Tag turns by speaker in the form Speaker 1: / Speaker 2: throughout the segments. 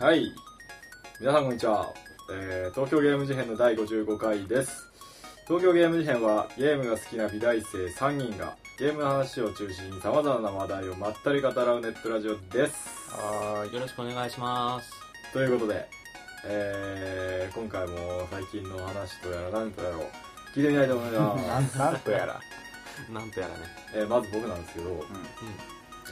Speaker 1: はい。皆さんこんにちは。えー東京ゲーム事変の第55回です。東京ゲーム事変はゲームが好きな美大生3人がゲームの話を中心に様々な話題をまったり語らうネットラジオです。
Speaker 2: はーい。
Speaker 3: よろしくお願いします。
Speaker 1: ということで、えー今回も最近の話とやら何とやらを聞いてみたいと思い
Speaker 2: な
Speaker 1: ます。
Speaker 2: んなんとやら。
Speaker 3: なんとやらね。
Speaker 1: えーまず僕なんですけど、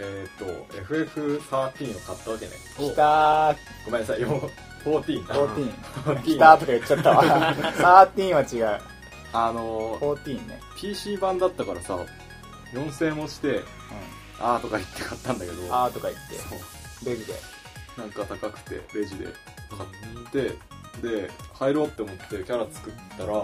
Speaker 1: えーっと、FF13 を買ったわけね。
Speaker 3: お
Speaker 2: きたー、
Speaker 1: ごめんなさい、よ14か。
Speaker 2: 14。
Speaker 1: 14
Speaker 2: きたーとか言っちゃったわ。13は違う。
Speaker 1: あのー、
Speaker 2: 14ね。
Speaker 1: PC 版だったからさ4000円もして
Speaker 2: う
Speaker 1: あーとか言って買ったんだけ
Speaker 2: ん。
Speaker 1: ど
Speaker 2: あーとか言って。
Speaker 1: そう
Speaker 2: レジで。
Speaker 1: なんか高くてレジででで入ろうって思ってキャラ作ったら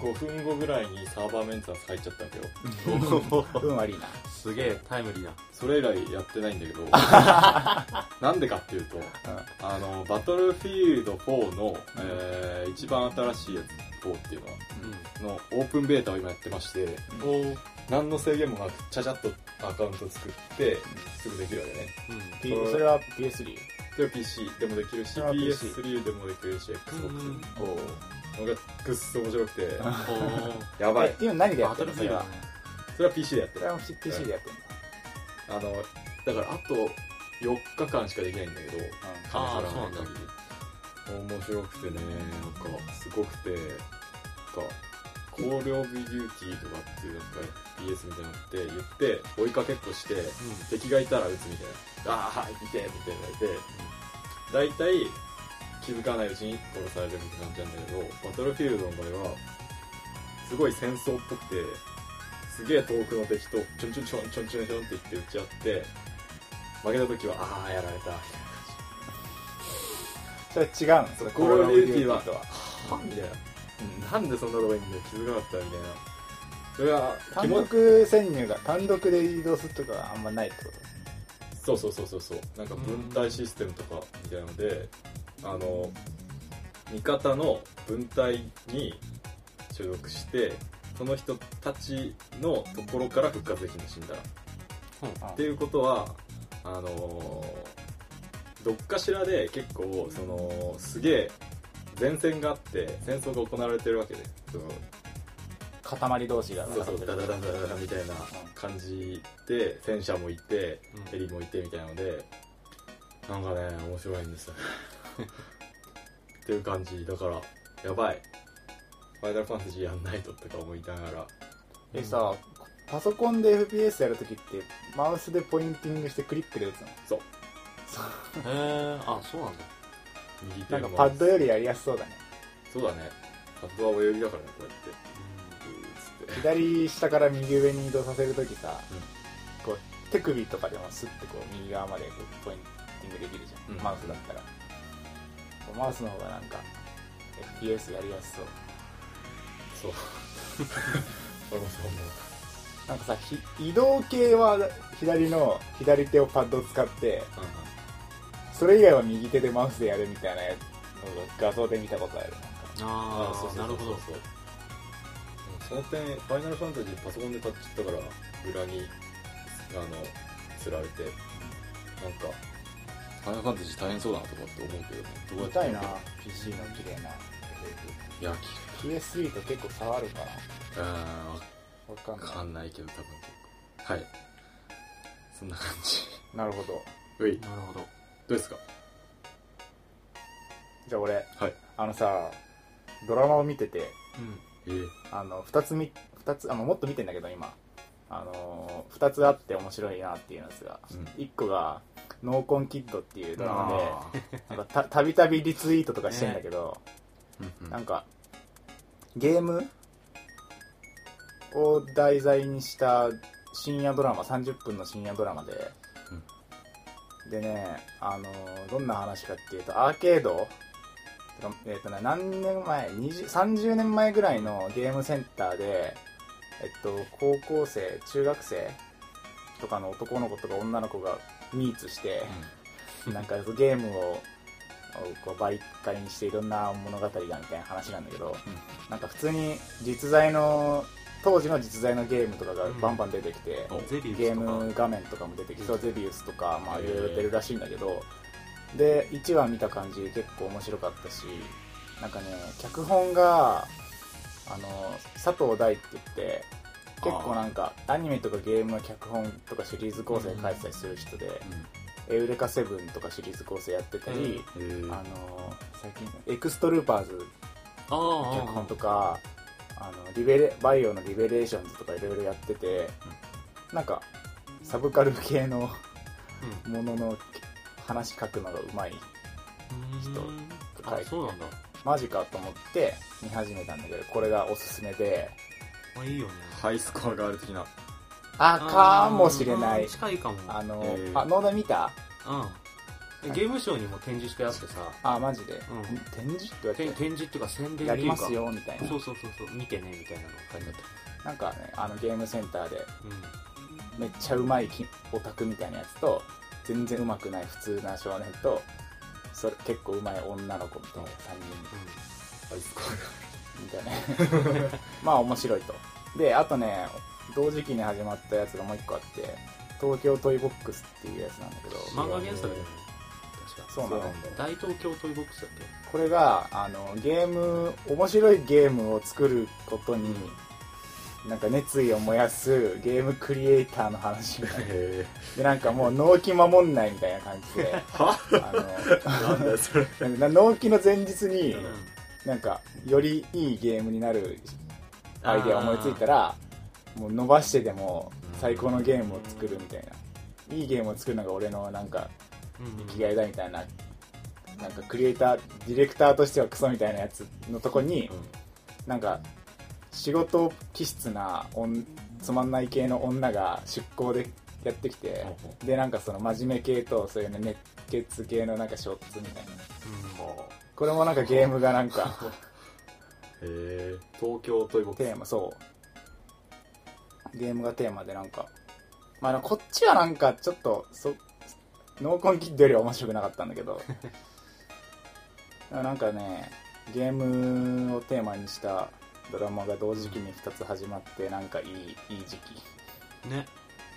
Speaker 1: 5分後ぐらいにサーバーメンテナンス入っちゃったわけよ
Speaker 2: 運悪いな。
Speaker 3: すげえタイムリーな。
Speaker 1: それ以来やってないんだけどなんでかっていうと
Speaker 2: うん。
Speaker 1: あのバトルフィールド4の、えー一番新しいやつ4っていうのはのオープンベータを今やってまして
Speaker 3: うん。おうん。
Speaker 1: 何の制限もなくちゃちゃっとアカウント作ってすぐできるわけね
Speaker 2: P- それは PS3。
Speaker 1: で PC でもできるし
Speaker 2: あ PC
Speaker 1: PS3 でもできるし XBOX
Speaker 3: うんうん
Speaker 2: おお。
Speaker 1: のがくっそ面白くて
Speaker 3: お
Speaker 1: やば
Speaker 2: え
Speaker 1: い
Speaker 2: 今何でや
Speaker 3: バ
Speaker 2: って
Speaker 3: ト
Speaker 2: る
Speaker 3: ルフ
Speaker 2: のそ
Speaker 3: ィー
Speaker 2: れ
Speaker 3: ルド
Speaker 2: は。
Speaker 1: それは PC でやって
Speaker 2: そ
Speaker 1: る
Speaker 2: れは PC でやってんだ。
Speaker 1: あのだからあと4日間しかできないんだけど金
Speaker 3: あー
Speaker 1: 払わない
Speaker 3: そう
Speaker 1: 限り面白くてねなんかすごくてなんか「コール・オブ・デューティー」とかっていうなんか BS みたいなのって言って追いかけっこして敵がいたら撃つみたいな「ああはい見て」みたいなので大体気づかないうちに殺されるみたいな感じなんだけどバトルフィールドの場合はすごい戦争っぽくてすげえ遠くの敵とちょんちょんちょんちょんちょんちょんって言って打ち合って負けた時はああやられた
Speaker 2: それ違うの
Speaker 1: そ
Speaker 2: そ
Speaker 1: の
Speaker 2: れ
Speaker 1: コールオブデューティーは
Speaker 2: コールオブデューティ
Speaker 1: はみたいななんでそんなとこいいんだよ気づかなかったみたいなそれは
Speaker 2: とは単独潜入が、単独で移動するとかはあんまないってこと
Speaker 1: そうそうそうそうそうなんか分体システムとかみたいなので、あの味方の分体に所属してその人たちのところから復活できるの死んだら、
Speaker 2: うん
Speaker 1: っていうことはあのどっかしらで結構そのすげえ前線があって戦争が行われてるわけでその
Speaker 2: 塊同士が。
Speaker 1: そうそうダダダダダダみたいな感じで戦車もいてヘリもいてみたいなのでなんかね面白いんですよっていう感じだからやばいファイナルファンタジーやんないととか思いながら
Speaker 2: えさ、パソコンで FPS やるときって、マウスでポインティングしてクリックで打つの
Speaker 1: そう
Speaker 3: へえ、あ、そうなんだ。
Speaker 1: 右手
Speaker 2: なん
Speaker 1: の
Speaker 2: かパッドよりやりやすそうだね。
Speaker 1: そうだねパッドは親指だからねこうやってうーっつって
Speaker 2: 左下から右上に移動させるときさ、
Speaker 1: う
Speaker 2: こう手首とかでもスッてこう右側までこうポインティングできるじゃん、
Speaker 1: うん
Speaker 2: マウスだったらこうマウスの方がなんか FPS やりやす
Speaker 1: そ
Speaker 2: そう
Speaker 1: う 俺もそう思
Speaker 2: なんかさひ移動系は左の左手をパッド使って
Speaker 1: う、
Speaker 2: それ以外は右手でマウスでやるみたいなやつのを画像で見たことあるなんか
Speaker 3: ああ、なるほど。
Speaker 1: そうその点ファイナルファンタジーパソコンで買っちゃったから裏にあの釣られてなんかファイナルファンタジー大変そうだなとかって思うけどどうや
Speaker 2: 見
Speaker 1: ってや
Speaker 2: た
Speaker 1: る
Speaker 2: い
Speaker 1: の
Speaker 2: な PC の綺麗ない
Speaker 1: や
Speaker 2: PS3 と結構差あるかな
Speaker 1: あ
Speaker 2: わか
Speaker 1: ーわ
Speaker 2: んない
Speaker 1: かんないけど多分結構はいそんな感じ
Speaker 2: なるほど
Speaker 1: ういど
Speaker 3: なるほど。
Speaker 1: うですか
Speaker 2: じゃあ俺
Speaker 1: はい
Speaker 2: あのさドラマを見てて
Speaker 3: うん。
Speaker 1: えー、
Speaker 2: あの2つみ二つあのもっと見てんだけど今あのー、2つあって面白いなっていうやつが、
Speaker 1: うん
Speaker 2: 一1個が「ノーコンキッド」っていうドラマでなんかたたびたびリツイートとかしてんだけど、
Speaker 1: うん
Speaker 2: なんかゲームを題材にした深夜ドラマ30分の深夜ドラマで、でねあのーどんな話かっていうとアーケードてかえっ、とね何年前20 30年前ぐらいのゲームセンターでえっと高校生中学生とかの男の子とか女の子がミーツして、なんかゲームをこう媒介にしていろんな物語がみたいな話なんだけど、なんか普通に実在の当時の実在のゲームとかがバンバン出てきて、
Speaker 1: うん
Speaker 3: ゼビウ
Speaker 2: ゲ
Speaker 3: ス
Speaker 2: ー
Speaker 3: とか。
Speaker 2: ム画面とかも出てきそう、
Speaker 3: うん
Speaker 2: ゼビウスとかまあ
Speaker 1: へ
Speaker 2: い
Speaker 1: ー
Speaker 2: ろいろ出るらしいんだけどで1話見た感じ結構面白かったしなんかね脚本があの佐藤大って言って結構なんかアニメとかゲームの脚本とかシリーズ構成書いてたりする人で「エウレカセブン」とかシリーズ構成やってたり、
Speaker 1: へえ
Speaker 2: あの最近「エクストルーパーズ」
Speaker 3: ああ
Speaker 2: 脚本とかあのリベレバイオのリベレーションズとかいろいろやってて、なんかサブカル系のものの話書くのがうまい
Speaker 3: うん
Speaker 2: 人
Speaker 3: あそうなんだ
Speaker 2: マジかと思って見始めたんだけどこれがおすすめで
Speaker 3: まあいいよね
Speaker 1: ハイスコアがある的な
Speaker 2: あ
Speaker 3: あ
Speaker 2: か
Speaker 3: ー
Speaker 2: もしれない
Speaker 3: 近いかも
Speaker 2: あの、
Speaker 1: えー
Speaker 2: あノーダ見た
Speaker 3: うんゲームショーにも展示してあってさ
Speaker 2: あマジで、
Speaker 3: ん
Speaker 2: 展示って言われ
Speaker 3: 展
Speaker 2: て
Speaker 3: 展示っていうか宣伝
Speaker 2: や
Speaker 3: って
Speaker 2: り
Speaker 3: いう
Speaker 2: ま
Speaker 3: か
Speaker 2: すよみたいな
Speaker 3: そうそうそうそう見てねみたいなの書いてあった
Speaker 2: なんかねあのゲームセンターで
Speaker 3: うん
Speaker 2: めっちゃうまいきオタクみたいなやつと全然うまくない普通な少年とそれ結構うまい女の子みたいな3
Speaker 1: ハイスコア
Speaker 2: 人みたいな まあ面白いとであとね同時期に始まったやつがもう一個あって東京トイボックスっていうやつなんだけど
Speaker 3: 漫画原作だよね確か
Speaker 2: そうなの
Speaker 1: そうなんだ
Speaker 3: 大東京トイボックスだっけ
Speaker 2: これがあのゲーム面白いゲームを作ることになんか熱意を燃やすゲームクリエイターの話みたい
Speaker 1: が
Speaker 2: な
Speaker 1: へえ
Speaker 2: でなんかもう納期守んないみたいな感じであ
Speaker 1: なんだよそれ
Speaker 2: のな納期の前日に
Speaker 1: うん
Speaker 2: なんかよりいいゲームになるアイデアを思いついたらもう伸ばしてでも最高のゲームを作るみたいないいゲームを作るのが俺のなんか
Speaker 3: うん
Speaker 2: 生きがいだみたいななんかクリエイターディレクターとしてはクソみたいなやつのとこに、なんか仕事気質なおんつまんない系の女が出向でやってきて、でなんかその真面目系とそういうね熱血系のなんかショッツみたいな
Speaker 1: はあ
Speaker 2: これもなんかゲームがなんか
Speaker 1: へ え東京トイボック
Speaker 2: テーマそうゲームがテーマでなんかまあこっちはなんかちょっとそノーコンキッドよりは面白くなかったんだけど なんかねゲームをテーマにしたドラマが同時期に2つ始まってなんかいいいい時期
Speaker 3: うんね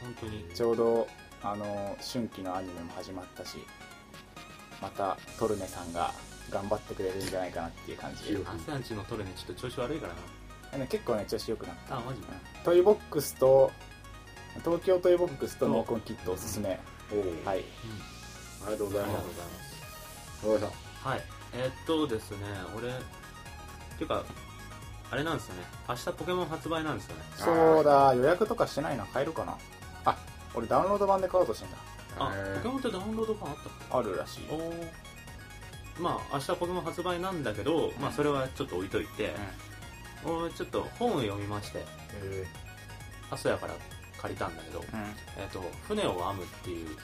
Speaker 3: 本当に
Speaker 2: ちょうどあの春季のアニメも始まったしまたトルネさんが頑張ってくれるんじゃないかなっていう感じで
Speaker 1: いいよ
Speaker 3: アセアンチのトレねちょっと調子悪いからな
Speaker 2: あの結構ね調子良くなった
Speaker 3: あマジで
Speaker 2: トイボックスと東京トイボックスとノーコンキットおすすめ、
Speaker 1: スおお
Speaker 2: は
Speaker 1: あ
Speaker 2: い
Speaker 1: りがとうご
Speaker 3: うん
Speaker 1: ざ
Speaker 3: あ
Speaker 1: い
Speaker 3: りが
Speaker 1: ま
Speaker 3: とうございます
Speaker 1: すわかりまし
Speaker 3: はいえーっとですね俺てかあれなんですよね明日ポケモン発売なんですよね
Speaker 2: そうだ予約とかしてないな買えるかなあ俺ダウンロード版で買おうとしてんだ
Speaker 1: た
Speaker 3: あポケモンってダウンロード版あったっ
Speaker 2: あるらしい
Speaker 3: けおーまあ明日ポケモン発売なんだけど、まあそれはちょっと置いといて、俺ちょっと本を読みまして
Speaker 1: へ
Speaker 3: 阿蘇屋から借りたんだけど、
Speaker 2: う
Speaker 3: えーっと「船を編む」っていう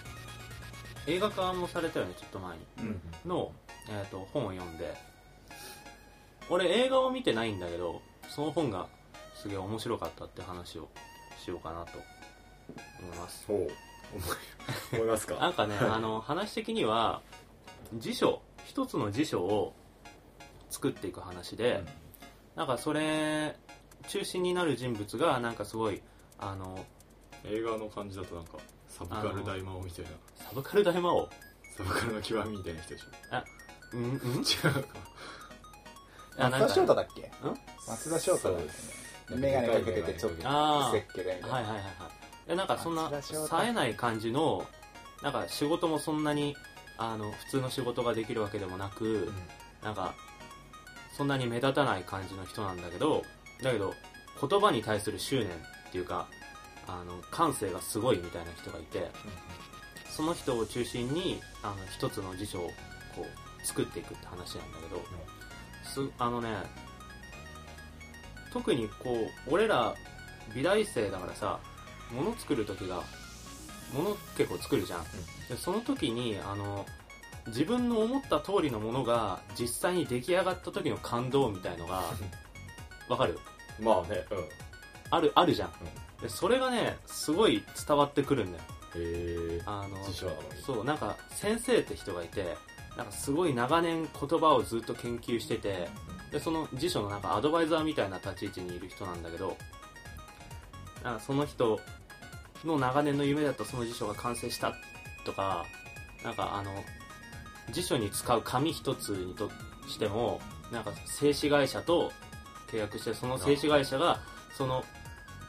Speaker 3: 映画化もされたよねちょっと前に
Speaker 1: え
Speaker 2: んうん
Speaker 3: の、えー、と本を読んで俺映画を見てないんだけどその本がすげえ面白かったって話をしようかなと思います
Speaker 1: おお思い思いますか
Speaker 3: なんかねあの話的には辞書一つの辞書を作っていく話で、なんかそれ中心になる人物がなんかすごいあの
Speaker 1: 映画の感じだとなんかサブカル大魔王みたいな
Speaker 3: サブカル大魔王
Speaker 1: サブカルの極みみたいな人でし
Speaker 3: うんうん
Speaker 1: ょ違うか
Speaker 3: あ
Speaker 2: 松田翔太だっけ
Speaker 3: ん
Speaker 2: 松田翔太だっ
Speaker 1: そう
Speaker 2: けね眼鏡かけててちょっと
Speaker 3: あー
Speaker 2: 設計でみたいな、
Speaker 3: はいはいはいはいえなんかそんな
Speaker 2: あ辛そうだ
Speaker 3: 冴えない感じのなんか仕事もそんなにあの普通の仕事ができるわけでもなく、なんかそんなに目立たない感じの人なんだけどだけど言葉に対する執念っていうかあの感性がすごいみたいな人がいてその人を中心にあの一つの辞書をこう作っていくって話なんだけど、すあのね特にこう俺ら美大生だからさ物作る時が物結構作るじゃん、でその時にあの自分の思った通りのものが実際に出来上がった時の感動みたいのがわかる
Speaker 1: まあねうん
Speaker 3: あるあるじゃん、でそれがねすごい伝わってくるんだよ
Speaker 1: へえ
Speaker 3: あの
Speaker 1: 辞書なのに
Speaker 3: そうなんか先生って人がいてなんかすごい長年言葉をずっと研究しててでその辞書のなんかアドバイザーみたいな立ち位置にいる人なんだけどなんかその人の長年の夢だったその辞書が完成したとかなんかあの辞書に使う紙一つにとしてもなんか製紙会社と契約してその製紙会社がその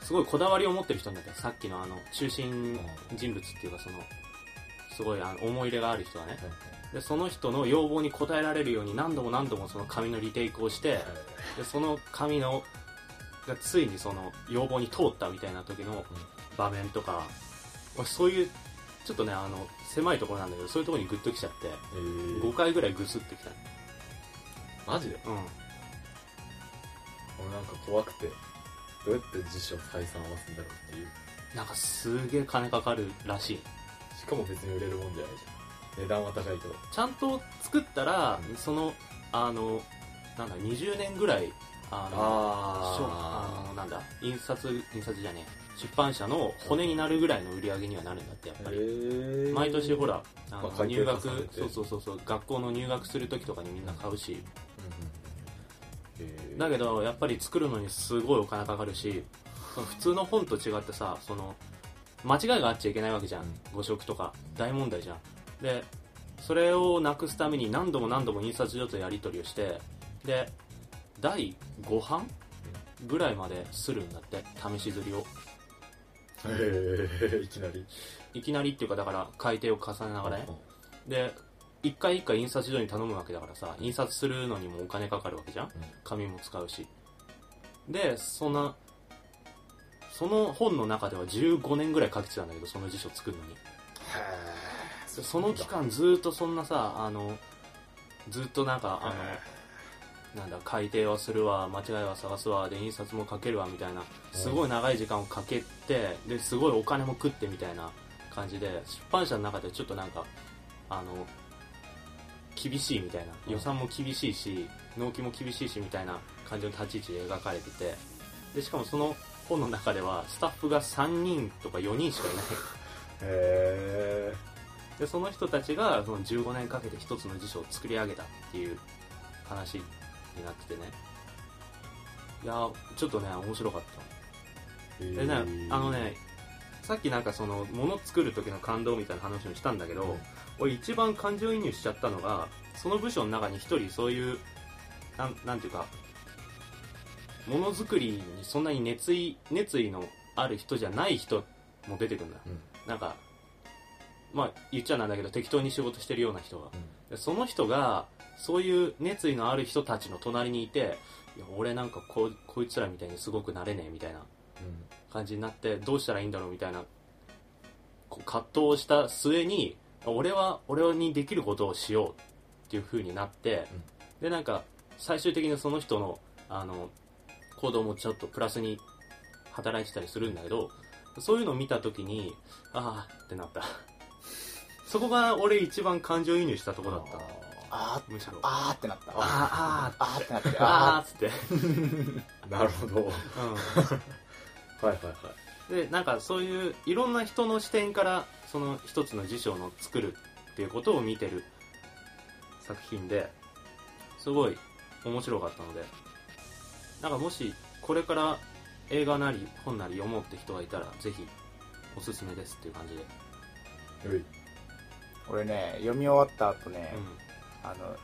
Speaker 3: すごいこだわりを持ってる人になってさっきのあの中心人物っていうかそのすごいあの思い入れがある人はねでその人の要望に応えられるように何度も何度もその紙のリテイクをしてでその紙のがついにその要望に通ったみたいな時の場面とか俺そういうちょっとねあの狭いところなんだけどそういうところにグッときちゃって
Speaker 1: えー
Speaker 3: 5回ぐらいグスってきたね
Speaker 1: マジで
Speaker 3: うん
Speaker 1: 俺なんか怖くてどうやって辞書採算合わすんだろうっていう
Speaker 3: なんかすげえ金かかるらしい
Speaker 1: しかも別に売れるもんじゃないじゃん値段は高いけど
Speaker 3: ちゃんと作ったら、
Speaker 1: うん
Speaker 3: そのあのなんだ20年ぐらいあのしょあの
Speaker 1: あ
Speaker 3: なんだ印刷印刷じゃねえ出版社の骨になるぐらいの売り上げにはなるんだってやっ
Speaker 1: あ
Speaker 3: ぱ
Speaker 1: へ
Speaker 3: り、
Speaker 1: ー
Speaker 3: 毎年ほらあの、
Speaker 1: まあ会計
Speaker 3: 入
Speaker 1: 重ね
Speaker 3: 学
Speaker 1: て
Speaker 3: そうそうそうそう学校の入学する時とかにみんな買うし、
Speaker 1: うんうんうんへー
Speaker 3: だけどやっぱり作るのにすごいお金かかるしその普通の本と違ってさその間違いがあっちゃいけないわけじゃん、誤植とか大問題じゃんでそれをなくすために何度も何度も印刷所とやり取りをしてで第5版ぐらいまでするんだって試し刷りを
Speaker 1: へーいきなり
Speaker 3: いきなりっていうかだから改訂を重ねながらねで一回一回印刷所に頼むわけだからさ印刷するのにもお金かかるわけじゃん
Speaker 1: うん
Speaker 3: 紙も使うしでそんなその本の中では15年ぐらいかけてたんだけどその辞書作るのにその期間ずーっとそんなさあのずーっとなんかあのなんだ改訂はするわ間違いは探すわで印刷もかけるわみたいなすごい長い時間をかけてですごいお金も食ってみたいな感じで出版社の中でちょっとなんかあの厳しいみたいな予算も厳しいし納期も厳しいしみたいな感じの立ち位置で描かれててでしかもその本の中ではスタッフが3人とか4人しかいない
Speaker 1: へ
Speaker 3: でその人たちがその15年かけて一つの辞書を作り上げたっていう話になっててねいやーちょっとね面白かった
Speaker 1: え
Speaker 3: でねあのねさっきなんかその物作る時の感動みたいな話もしたんだけど、
Speaker 1: うん
Speaker 3: 俺一番感情移入しちゃったのがその部署の中に一人そういうなんなんていうかものづくりにそんなに熱意熱意のある人じゃない人も出てくるんだ
Speaker 1: うん
Speaker 3: なんかまあ言っちゃなんだけど適当に仕事してるような人がでその人がそういう熱意のある人たちの隣にいていや俺なんかここいつらみたいにすごくなれねえみたいな
Speaker 1: うん
Speaker 3: 感じになってどうしたらいいんだろうみたいなこう葛藤をした末に俺は俺にできることをしようっていう風になって、でなんか最終的にその人のあの行動もちょっとプラスに働いてたりするんだけどそういうのを見た時にああってなった そこが俺一番感情移入したところだった
Speaker 2: あ
Speaker 3: むしろ
Speaker 2: ー
Speaker 3: あ
Speaker 2: あーってなったあ
Speaker 3: あ
Speaker 2: ーってなっ
Speaker 3: ああ
Speaker 2: た
Speaker 3: あ
Speaker 2: あ
Speaker 3: っつって、
Speaker 1: なるほどはいはいはい
Speaker 3: でなんかそういういろんな人の視点からその一つの辞書の作るっていうことを見てる作品ですごい面白かったのでなんかもしこれから映画なり本なり読もうって人がいたらぜひおすすめですっていう感じで、
Speaker 1: うい
Speaker 2: ー俺ね読み終わった後ね、
Speaker 3: う
Speaker 2: あの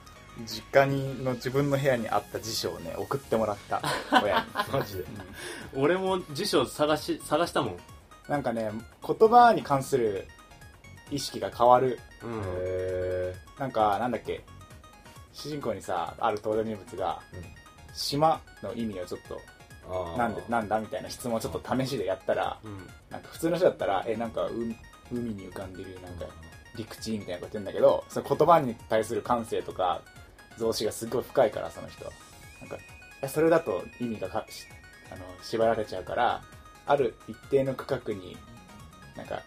Speaker 2: 実家にの自分の部屋にあった辞書をね送ってもらった親に、
Speaker 1: マジで
Speaker 2: うん
Speaker 3: ん、俺も辞書探し探したもん、
Speaker 2: なんかね言葉に関する意識が変わる
Speaker 3: うん
Speaker 1: へ
Speaker 2: なんかなんだっけ主人公にさある登場人物が
Speaker 1: え
Speaker 2: 島の意味をちょっ
Speaker 1: あ
Speaker 2: と
Speaker 1: ー
Speaker 2: なんでなんだみたいな質問をちょっと試しでやったら
Speaker 3: うん
Speaker 2: なんか普通の人だったらえなんかう海に浮かんでるなんか陸地みたいなこと言うんだけどその言葉に対する感性とか造詞がすごい深いからその人なんかえそれだと意味がかしあの縛られちゃうからある一定の区画になんか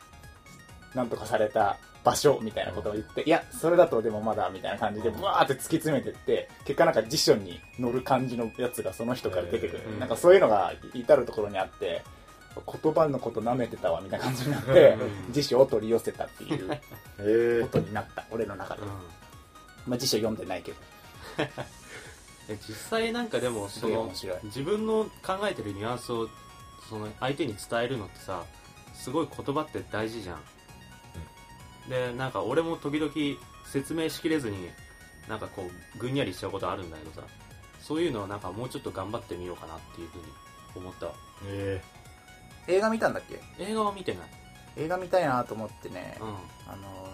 Speaker 2: なんとかされた場所みたいなことを言って、いやそれだとでもまだみたいな感じで
Speaker 1: うん
Speaker 2: ブワーって突き詰めてって結果なんか辞書に載る感じのやつがその人から出てくる、
Speaker 1: え
Speaker 3: ー
Speaker 2: なんかそういうのが至る所にあって言葉のこと舐めてたわみたいな感じになっ
Speaker 1: う
Speaker 2: て
Speaker 3: ん
Speaker 2: 辞書を取り寄せたっていう
Speaker 1: へえ
Speaker 2: ことになった俺の中で
Speaker 3: う、ん
Speaker 2: まあ、辞書読んでないけど
Speaker 3: え実際なんかでも
Speaker 2: す
Speaker 3: そ
Speaker 2: ごい
Speaker 3: の
Speaker 2: 面白い
Speaker 3: 自分の考えてるニュアンスをその相手に伝えるのってさすごい言葉って大事じゃん、でなんか俺も時々説明しきれずになんかこうぐんやりしちゃうことあるんだけどさそういうのをなんかもうちょっと頑張ってみようかなっていうふうに思った
Speaker 1: え
Speaker 2: 映画見たんだっけ
Speaker 3: 映画は見てない
Speaker 2: 映画見たいなと思ってね、
Speaker 3: う
Speaker 2: あの